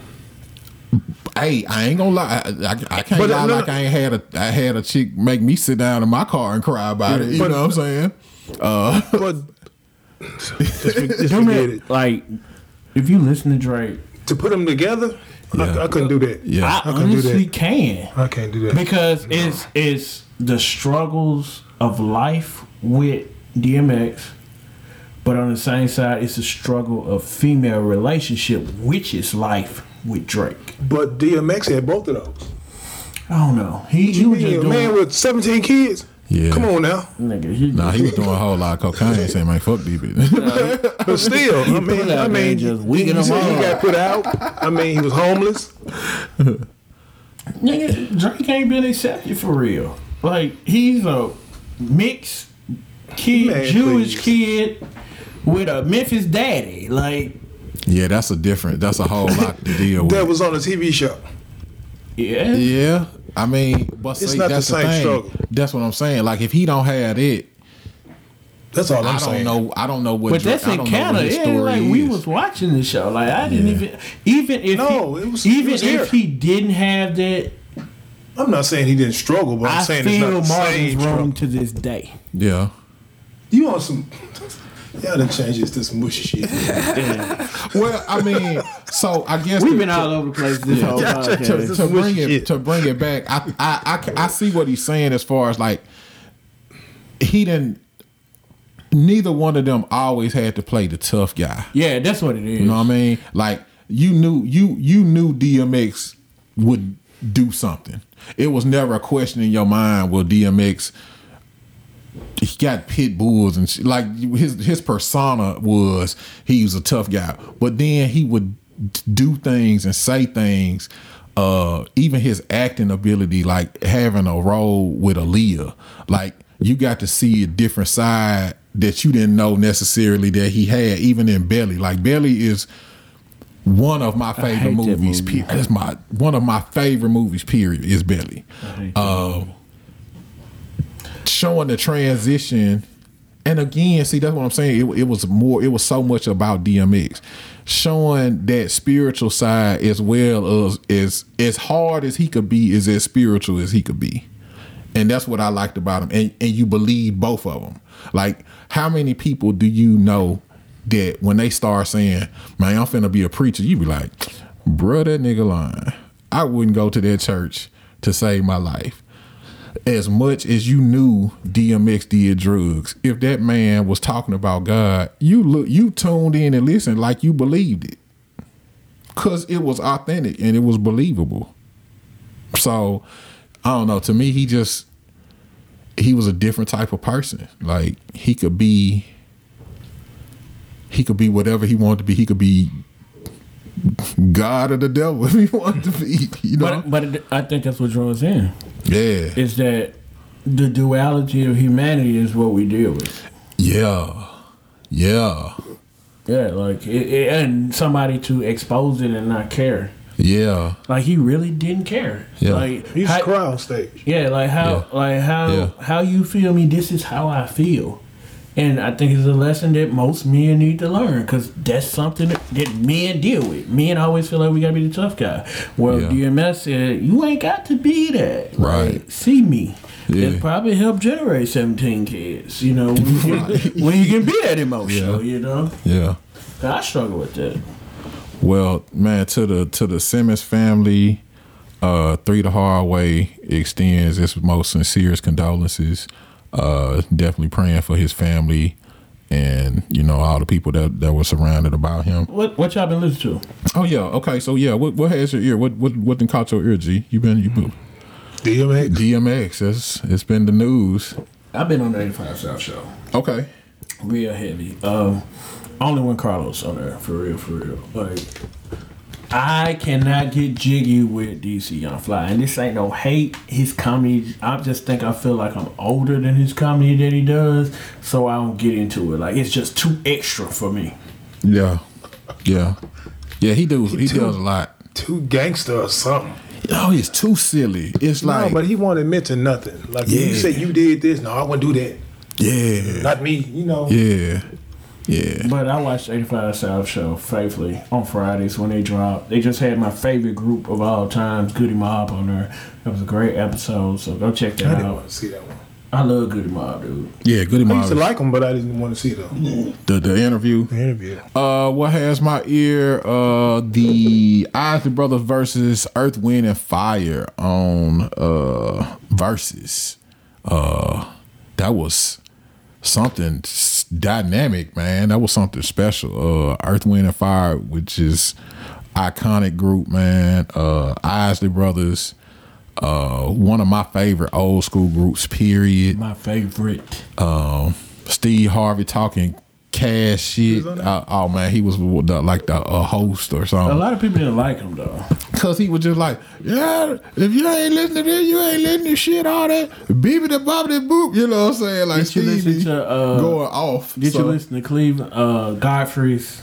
A: hey, I ain't gonna lie. I, I, I can't
E: But, uh,
A: lie
E: no,
A: like
E: no.
A: I ain't had a I had a chick make me sit down in my car and cry about it. You
E: But-
A: know what I'm saying?
E: But just, for- just
B: Don't
E: forget
B: it.
E: it.
B: Like if you listen to Drake,
D: To put them together, I, I couldn't do that.
A: Yeah,
B: I
D: I can do that.
B: honestly can.
D: I can't do that.
B: because it's it's the struggles of life with DMX, but on the same side, it's the struggle of female relationship, which is life with Drake.
D: but DMX had both of those.
B: I don't know. He he was
D: Yeah,
B: just
D: a
B: doing
D: man with 17 kids.
A: Yeah.
D: Come on now.
B: nigga. He,
A: nah, he was doing a whole lot of cocaine, saying, "Man, fuck these bitches."
D: But still, I
B: out
D: mean, I
B: there
D: mean,
B: and just weaken
D: he,
B: them
D: said he
B: all.
D: got put out. I mean, he was homeless.
B: nigga, Drake ain't been accepted for real. Like he's a mixed kid,
D: Man,
B: Jewish
D: please.
B: kid with a Memphis daddy. Like
A: yeah, that's a different. That's a whole lot to deal with.
D: That was on a TV show.
B: yeah.
A: Yeah, I mean, but
D: It's
A: see,
D: not the
A: that's the,
D: same
A: thing.
D: struggle.
A: That's what I'm saying. Like, if he don't have it,
D: That's all I'm
A: I don't
D: saying.
A: know. I don't know what.
B: But
A: Drake-
B: that's
A: I
B: in
A: don't know what
B: Canada.
A: his
B: It ain't like we
A: is.
B: was watching the show. Like I didn't even even if
D: No,
B: he,
D: it was- it
B: even
D: was here.
B: if he didn't have that,
D: I'm not saying he didn't struggle, but I'm
B: I
D: saying it's not
B: feel
D: the same
B: Marvin's wrong
D: struggle.
B: to this day.
A: Yeah.
D: You on some? Y'all done changed this this mushy shit.
A: Well, I mean, so I guess
B: We've
A: to-
B: been
A: to-
B: all over the place this whole
D: Yeah.
A: to,
B: podcast.
A: to bring it
D: Shit.
A: to bring it back. I, I I I see what he's saying as far as like he didn't. Neither one of them always had to play the tough guy.
B: Yeah, that's what it is.
A: You know what I mean? Like you knew you you knew DMX would do something. It was never a question in your mind. Will DMX? He got pit bulls and shit. like his his persona was he was a tough guy, but then he would do things and say things. Uh, even his acting ability, like having a role with Aaliyah, like you got to see a different side that you didn't know necessarily that he had, even in Belly. Like Belly is one of my favorite
B: hate that
A: movies.
B: movie.
A: Period. That's my one of my favorite movies. Period is Belly Um,
B: hate
A: showing the transition. And again, see that's what I'm saying. It, it was more. It was so much about DMX showing that spiritual side as well as as as hard as he could be is as spiritual as he could be, And that's what I liked about him. And and you believe both of them. Like how many people do you know that when they start saying, "Man, I'm finna be a preacher," you be like, "Bruh, that nigga lying." I wouldn't go to that church to save my life as much as you knew DMX did drugs, if that man was talking about God, you look you tuned in and listened like you believed it. Cause it was authentic and it was believable. So I don't know. To me, he just he was a different type of person. Like he could be he could be whatever he wanted to be. He could be God or the devil if he wanted to be. You know?
B: But but it, I think that's what draws in
A: yeah.
B: is that the duality of humanity is what we deal with.
A: Yeah. Yeah.
B: Yeah, like it, it, and somebody to expose it and not care.
A: Yeah.
B: Like he really didn't care.
A: Yeah.
B: Like
E: He's
B: how-
E: crowd stage.
B: Yeah, like how like how
A: Yeah.
B: how you feel me, this is how I feel. And I think it's a lesson that most men need to learn because that's something that, that men deal with. Men always feel like we gotta be the tough guy. Well,
A: Yeah.
B: DMS said, You ain't got to be that.
A: Right.
B: Like, see me.
A: Yeah.
B: It probably helped generate 17 kids, you know, when you, when you can be that emotional, you know?
A: Yeah.
B: I struggle with that.
A: Well, man, to the to the Simmons family, uh, three the hard way extends its most sincerest condolences. Uh, definitely praying for his family and you know all the people that that were surrounded about him.
B: What what y'all been listening to?
A: Oh yeah, okay, so yeah, what what has your ear? What what what done caught your ear? G, you been you been
E: DMX.
A: DMX? It's it's been the news.
B: I've been on the 85 South Show.
A: Okay,
B: real heavy. Um, only when Carlos on there for real, for real. Like, I cannot get jiggy with DC Young Fly, and this ain't no hate. His comedy, I just think I feel like I'm older than his comedy that he does, so I don't get into it. Like, it's just too extra for me.
A: yeah, yeah, yeah. He does he does a lot.
E: Two gangster or something.
A: Oh, it's too silly. It's like
E: Like,
D: But he won't admit to nothing. Like when you
A: Yeah.
D: said you did this, no, I wouldn't do that.
A: yeah,
D: Not me, you know.
A: yeah, yeah.
B: But I watched 85 South Show faithfully on Fridays when they dropped. They just had my favorite group of all times, Goody Mob, on there. That was a great episode, so go check
D: I
B: that
D: didn't want
B: out.
D: to see that one.
B: I love Goody Mob, dude.
A: Yeah, Goody
D: I used to
A: Mob.
D: like him, but I didn't want to see them.
A: the, the interview.
D: The interview.
A: Uh, what has my ear? Uh, the Isley Brothers versus Earth, Wind, and Fire on uh versus. Uh, that was something s- dynamic, man. That was something special. Uh, Earth, Wind, and Fire, which is iconic group, man. Uh, Isley Brothers. Uh, one of my favorite old school groups. Period.
B: My favorite.
A: um, Steve Harvey talking cash shit. Uh, oh man, he was with the, like the uh, host or
B: A
A: something.
B: lot of people didn't like him though.
A: Cause he was just like, yeah, if you ain't listening to this, you ain't listening to shit. All that beepity the bobbity boop. You know what I'm saying? Like
B: Did you listen
A: Stevie
B: to, uh,
A: going off.
B: Did you
A: So,
B: listen to Cleveland uh, Godfrey's?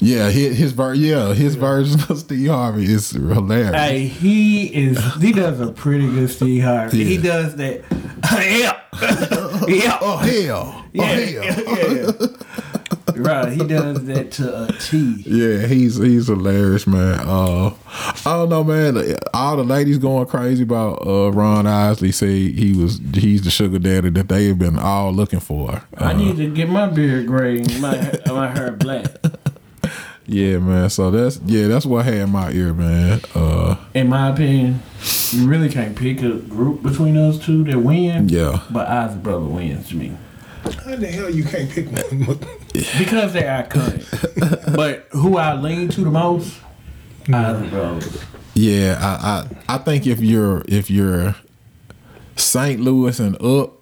A: Yeah, his, his ver- yeah, his version of Steve Harvey is hilarious.
B: Hey, he is. He does a pretty good Steve Harvey. He
A: Yeah.
B: does that. yeah, yeah,
A: Oh hell!
B: yeah,
A: Oh hell!
B: yeah, yeah. Right, he does that to a T.
A: Yeah, he's he's hilarious, man. Uh, I don't know, man. All the ladies going crazy about uh, Ron Isley. Say he was he's the sugar daddy that they have been all looking for.
B: I
A: Uh,
B: need to get my beard gray, and my my hair black,
A: yeah, man. So that's yeah, that's what had my ear, man. Uh,
B: in my opinion. You really can't pick a group between those two that win.
A: Yeah.
B: But Isaac Brother wins to me.
D: How the hell you can't pick one?
B: Because they're iconic. but who I lean to the most, Isaac Brothers.
A: yeah, I, I I think if you're if you're St. Louis and up,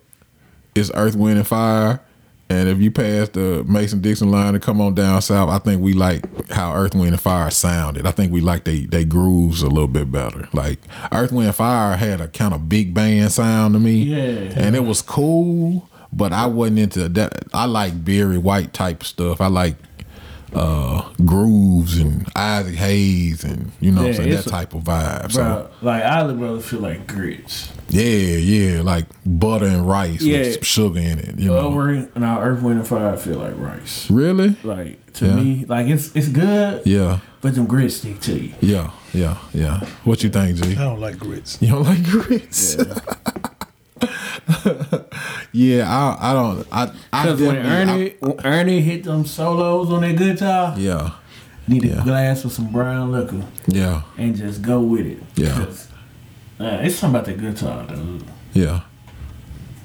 A: it's Earth, Wind, and Fire. And if you pass the Mason Dixon line and come on down south, I think we like how Earth, Wind, and Fire sounded. I think we like they they grooves a little bit better. Like Earth, Wind, and Fire had a kind of big band sound to me,
B: Yeah.
A: and it was cool. But I wasn't into that. I like Barry White type stuff. I like uh grooves and Isaac Hayes and you know what I'm
B: Yeah,
A: saying that
B: it's a-
A: type of vibe. So
B: Bro, like Isaac Brothers feel like grits.
A: yeah, yeah, like butter and rice
B: Yeah.
A: with some sugar in it. You know,
B: Over and our Earth Wind and Fire feel like rice.
A: really?
B: Like to
A: Yeah.
B: me, like it's it's good,
A: Yeah,
B: but them grits stick to you.
A: yeah, yeah, yeah. What you think, G?
D: I don't like grits.
A: You don't like grits? Yeah, I I don't I I
B: Because when
A: definitely- I-
B: Ernie, when Ernie hit them solos on that guitar,
A: yeah
B: need a
A: Yeah.
B: glass with some brown liquor
A: yeah
B: and just go with it.
A: Yeah.
B: 'Cause, Uh, it's something about the guitar, dude.
A: yeah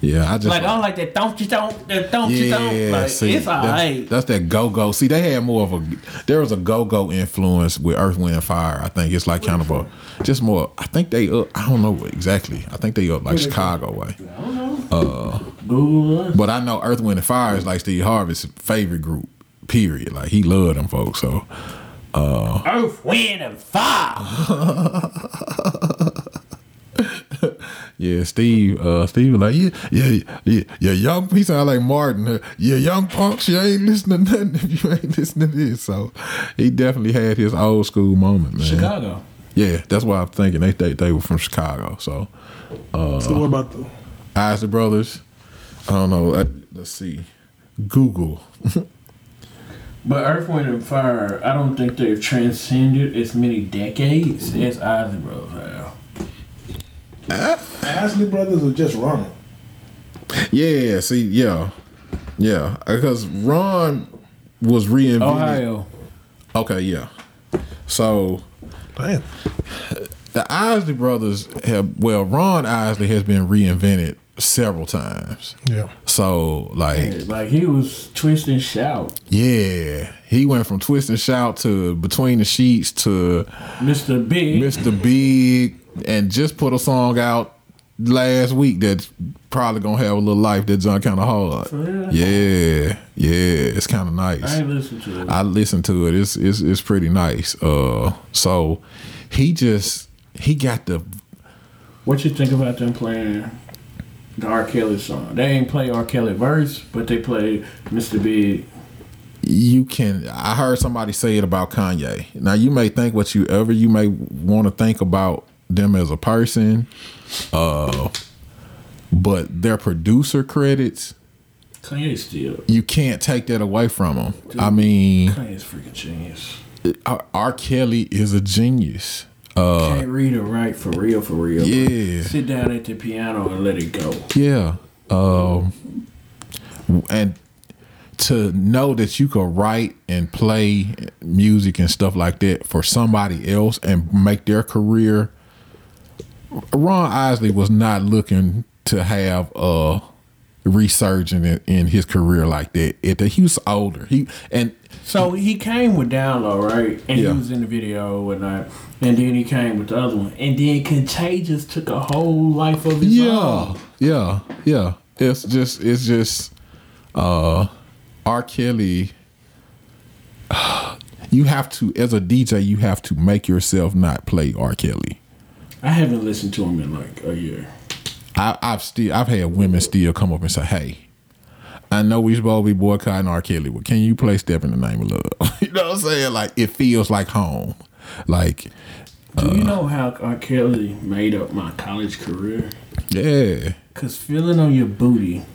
A: yeah I just
B: Like I don't like that don't you don't that don't you don't. Like
A: see,
B: it's all
A: that's,
B: right.
A: that's that go go. See, they had more of a there was a go go influence with Earth, Wind, and Fire. I think it's like kind of a just more. I think they up. I don't know exactly. I think they up like Chicago way.
B: Boo.
A: But I know Earth, Wind, and Fire is like Steve Harvey's favorite group. Period. Like he loved them folks. So
B: Earth, wind, and fire.
A: yeah, Steve. Uh, Steve was like yeah, yeah, yeah, yeah. Young. He sound like Martin. uh, Yeah, young punks. You ain't listening to nothing if you ain't listening to this. So he definitely had his old school moment, man.
B: Chicago.
A: Yeah, that's why I'm thinking they they, they were from Chicago. So
D: So what about the
A: Isley Brothers. I don't know. I, let's see. Google.
B: But Earth, Wind, and Fire, I don't think they've transcended as many decades as Ozzy Brothers have.
D: Ashley Brothers or just Ronald?
A: Yeah. See. Yeah. Yeah. Because Ron was reinvented.
B: Ohio.
A: Okay. Yeah. So
E: Damn.
A: the Isley Brothers have. Well, Ron Isley has been reinvented several times.
E: Yeah.
A: So like.
B: Like he was twist and shout.
A: Yeah, he went from Twist and Shout to Between the Sheets to
B: Mr. Big.
A: Mr. Big and just put a song out last week that's probably gonna have a little life that's on kind of
B: real?
A: hard. Yeah, yeah, it's kind of
B: I
A: nice.
B: ain't listened to it.
A: I listened to it. It's it's it's pretty nice. Uh, so he just he got the
B: What you think about them playing the R. Kelly song? They ain't play R. Kelly verse, but they play Mr. Big.
A: you can i heard somebody say it about kanye now you may think what you ever you may want to think about them as a person uh but their producer credits
B: Kanye still.
A: you can't take that away from them i mean
B: Kanye's freaking genius.
A: R-, R kelly is a genius uh
B: Can't read or write for real, for real.
A: yeah
B: Sit down at the piano and let it go.
A: Yeah. Um, and to know that you could write and play music and stuff like that for somebody else and make their career. Ron Isley was not looking to have a resurgence in, in his career like that. It, he was older. He and
B: So he came with Down Low, right? And
A: Yeah.
B: he was in the video and whatnot. And then he came with the other one. And then Contagious took a whole life of his
A: Yeah,
B: own.
A: yeah, yeah. It's just, it's just, uh, R. Kelly. You have to, as a DJ, you have to make yourself not play R. Kelly.
B: I haven't listened to him in like a year.
A: I, I've still, I've had women still come up and say, "Hey, I know we supposed to be boycotting R. Kelly, but can you play Step in the Name of Love?" you know what I'm saying? Like it feels like home. Like,
B: Do you know how R. Kelly made up my college career?
A: yeah,
B: Cause feeling on your booty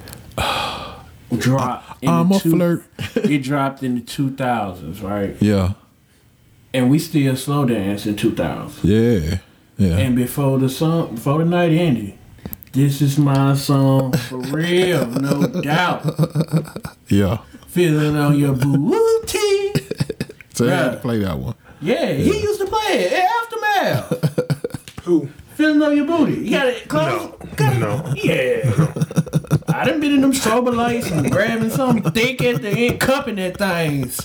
B: dropped. in
A: I'm
B: the
A: a flirt.
B: it dropped in the two thousands, right?
A: yeah,
B: And we still slow dance in two thousand.
A: yeah, yeah.
B: And before the song, before the night ended, this is my song for real, no doubt.
A: yeah.
B: Feeling on your booty.
A: So I had to
B: Bruh.
A: play that one.
B: Yeah, he used to play it at aftermath.
D: Who?
B: Feeling on your booty. You got it close.
E: No. No.
B: Yeah. I done been in them strobe lights and grabbing some dick at the end, cupping at things.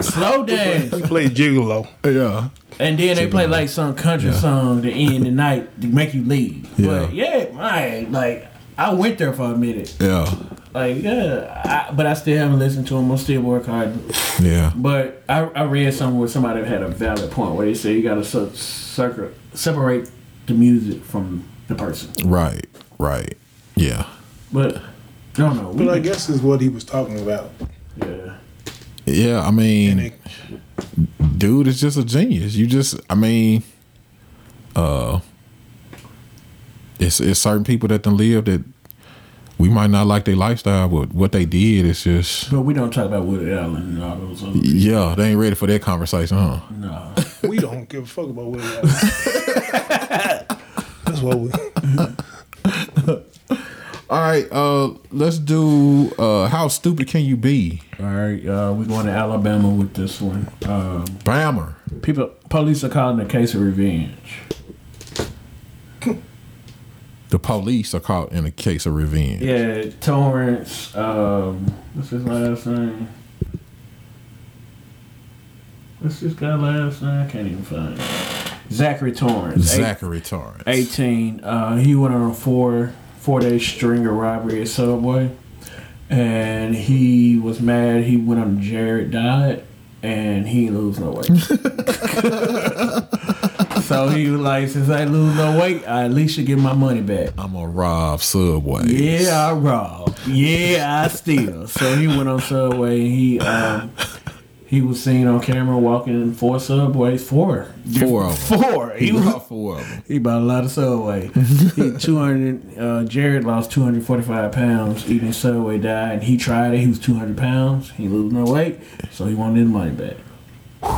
B: Slow dance.
E: He played Gigolo.
A: Yeah.
B: And then they play like some country song to end the night to make you leave. But yeah, my like I went there for a minute.
A: Yeah.
B: Like, yeah. I, but I still haven't listened to them. I'm still working hard.
A: Yeah.
B: But I, I read somewhere somebody had a valid point where they say you gotta su- circle, separate the music from the person.
A: Right. Right. Yeah.
B: But I don't know. We,
D: But I guess is what he was talking about.
B: yeah.
A: Yeah. I
D: And
A: mean,
D: it,
A: dude is just a genius. You just, I mean, uh, it's it's certain people that done live that we might not like their lifestyle, but what they did is just,
B: But we don't talk about Woody Allen and all those other
A: yeah, they ain't ready for that conversation, huh?
B: No.
D: we don't give a fuck about what. That's what we.
A: All right, uh, let's do uh, how stupid can you be,
B: All right, uh, we're going to Alabama with this one. Um,
A: Bammer?
B: people, police are calling it a case of revenge.
A: The police are caught in a case of revenge.
B: Yeah, Torrance. Um, what's his last name? What's this guy last name? I can't even find it. Zachary Torrance.
A: Zachary Torrance.
B: eight- 18. Uh, he went on a four four day string of robbery at Subway, and he was mad. He went on a Jared diet, and he didn't lose no weight. so he was like, since I lose no weight, I at least should get my money back.
A: I'm gonna rob Subway.
B: Yeah, I rob. Yeah, I steal. so he went on Subway. And he um, he was seen on camera walking four Subways. Four.
A: Four of them.
B: Four. He
A: He
B: was
A: robbed four of them.
B: he bought a lot of Subway. he, 200, uh, Jared lost 245 pounds eating Subway diet. And he tried it. He was 200 pounds. He lose no weight. So he wanted his money back.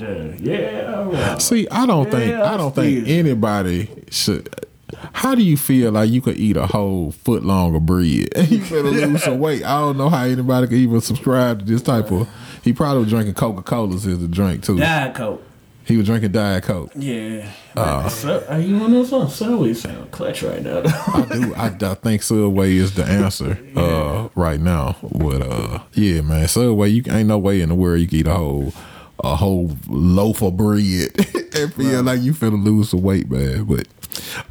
B: Yeah, yeah. all right.
A: See, I don't think
B: Yeah,
A: I don't think
B: Steve.
A: anybody should. How do you feel like you could eat a whole foot long of bread? you better lose some weight. I don't know how anybody could even subscribe to this type of. He probably was drinking Coca Cola's as a drink too.
B: Diet Coke.
A: He was drinking Diet Coke.
B: Yeah.
A: Oh.
B: so, uh, are you on those songs? Subway sound clutch right now. though.
A: I do. I, I think Subway is the answer uh, right now. With uh, yeah, man, Subway. You ain't no way in the world you can eat a whole a whole loaf of bread and feel like you finna lose some weight, man. But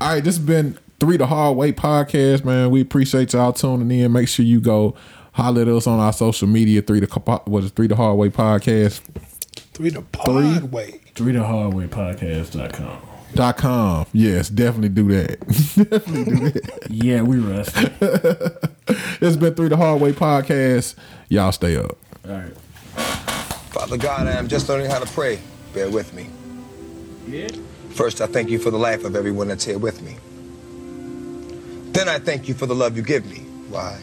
A: all right, this has been three the hard way podcast, man. We appreciate y'all tuning in. Make sure you go holler at us on our social media. Three the what is it, three the hard way podcast
E: Three the pod way.
B: Three to Hardway Podcast.com.
A: dot com. Yes, definitely do that.
B: Yeah, we rusty.
A: it's been three the hard way podcast. Y'all stay up.
B: All right.
F: Father God, I am just learning how to pray. Bear with me. First, I thank you for the life of everyone that's here with me. Then I thank you for the love you give me. Why?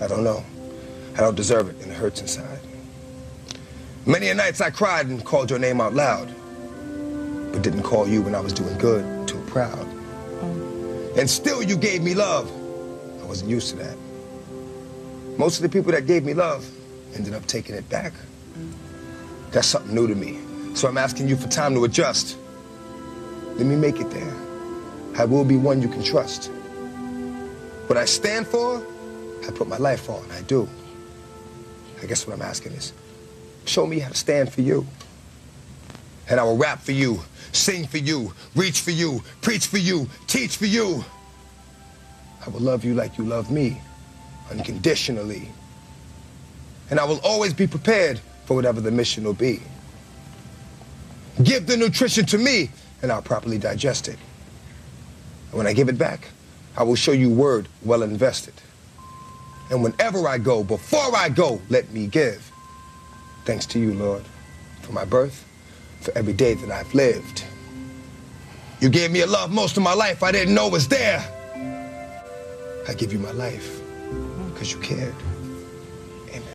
F: I don't know. I don't deserve it, and it hurts inside. Many a nights I cried and called your name out loud, but didn't call you when I was doing good, too proud. And still you gave me love. I wasn't used to that. Most of the people that gave me love ended up taking it back. That's something new to me. So I'm asking you for time to adjust. Let me make it there. I will be one you can trust. What I stand for, I put my life on. I do. I guess what I'm asking is show me how to stand for you. And I will rap for you, sing for you, reach for you, preach for you, teach for you. I will love you like you love me, unconditionally and I will always be prepared for whatever the mission will be. Give the nutrition to me, and I'll properly digest it. And when I give it back, I will show you word well invested. And whenever I go, before I go, let me give. Thanks to you, Lord, for my birth, for every day that I've lived. You gave me a love most of my life I didn't know was there. I give you my life because you cared.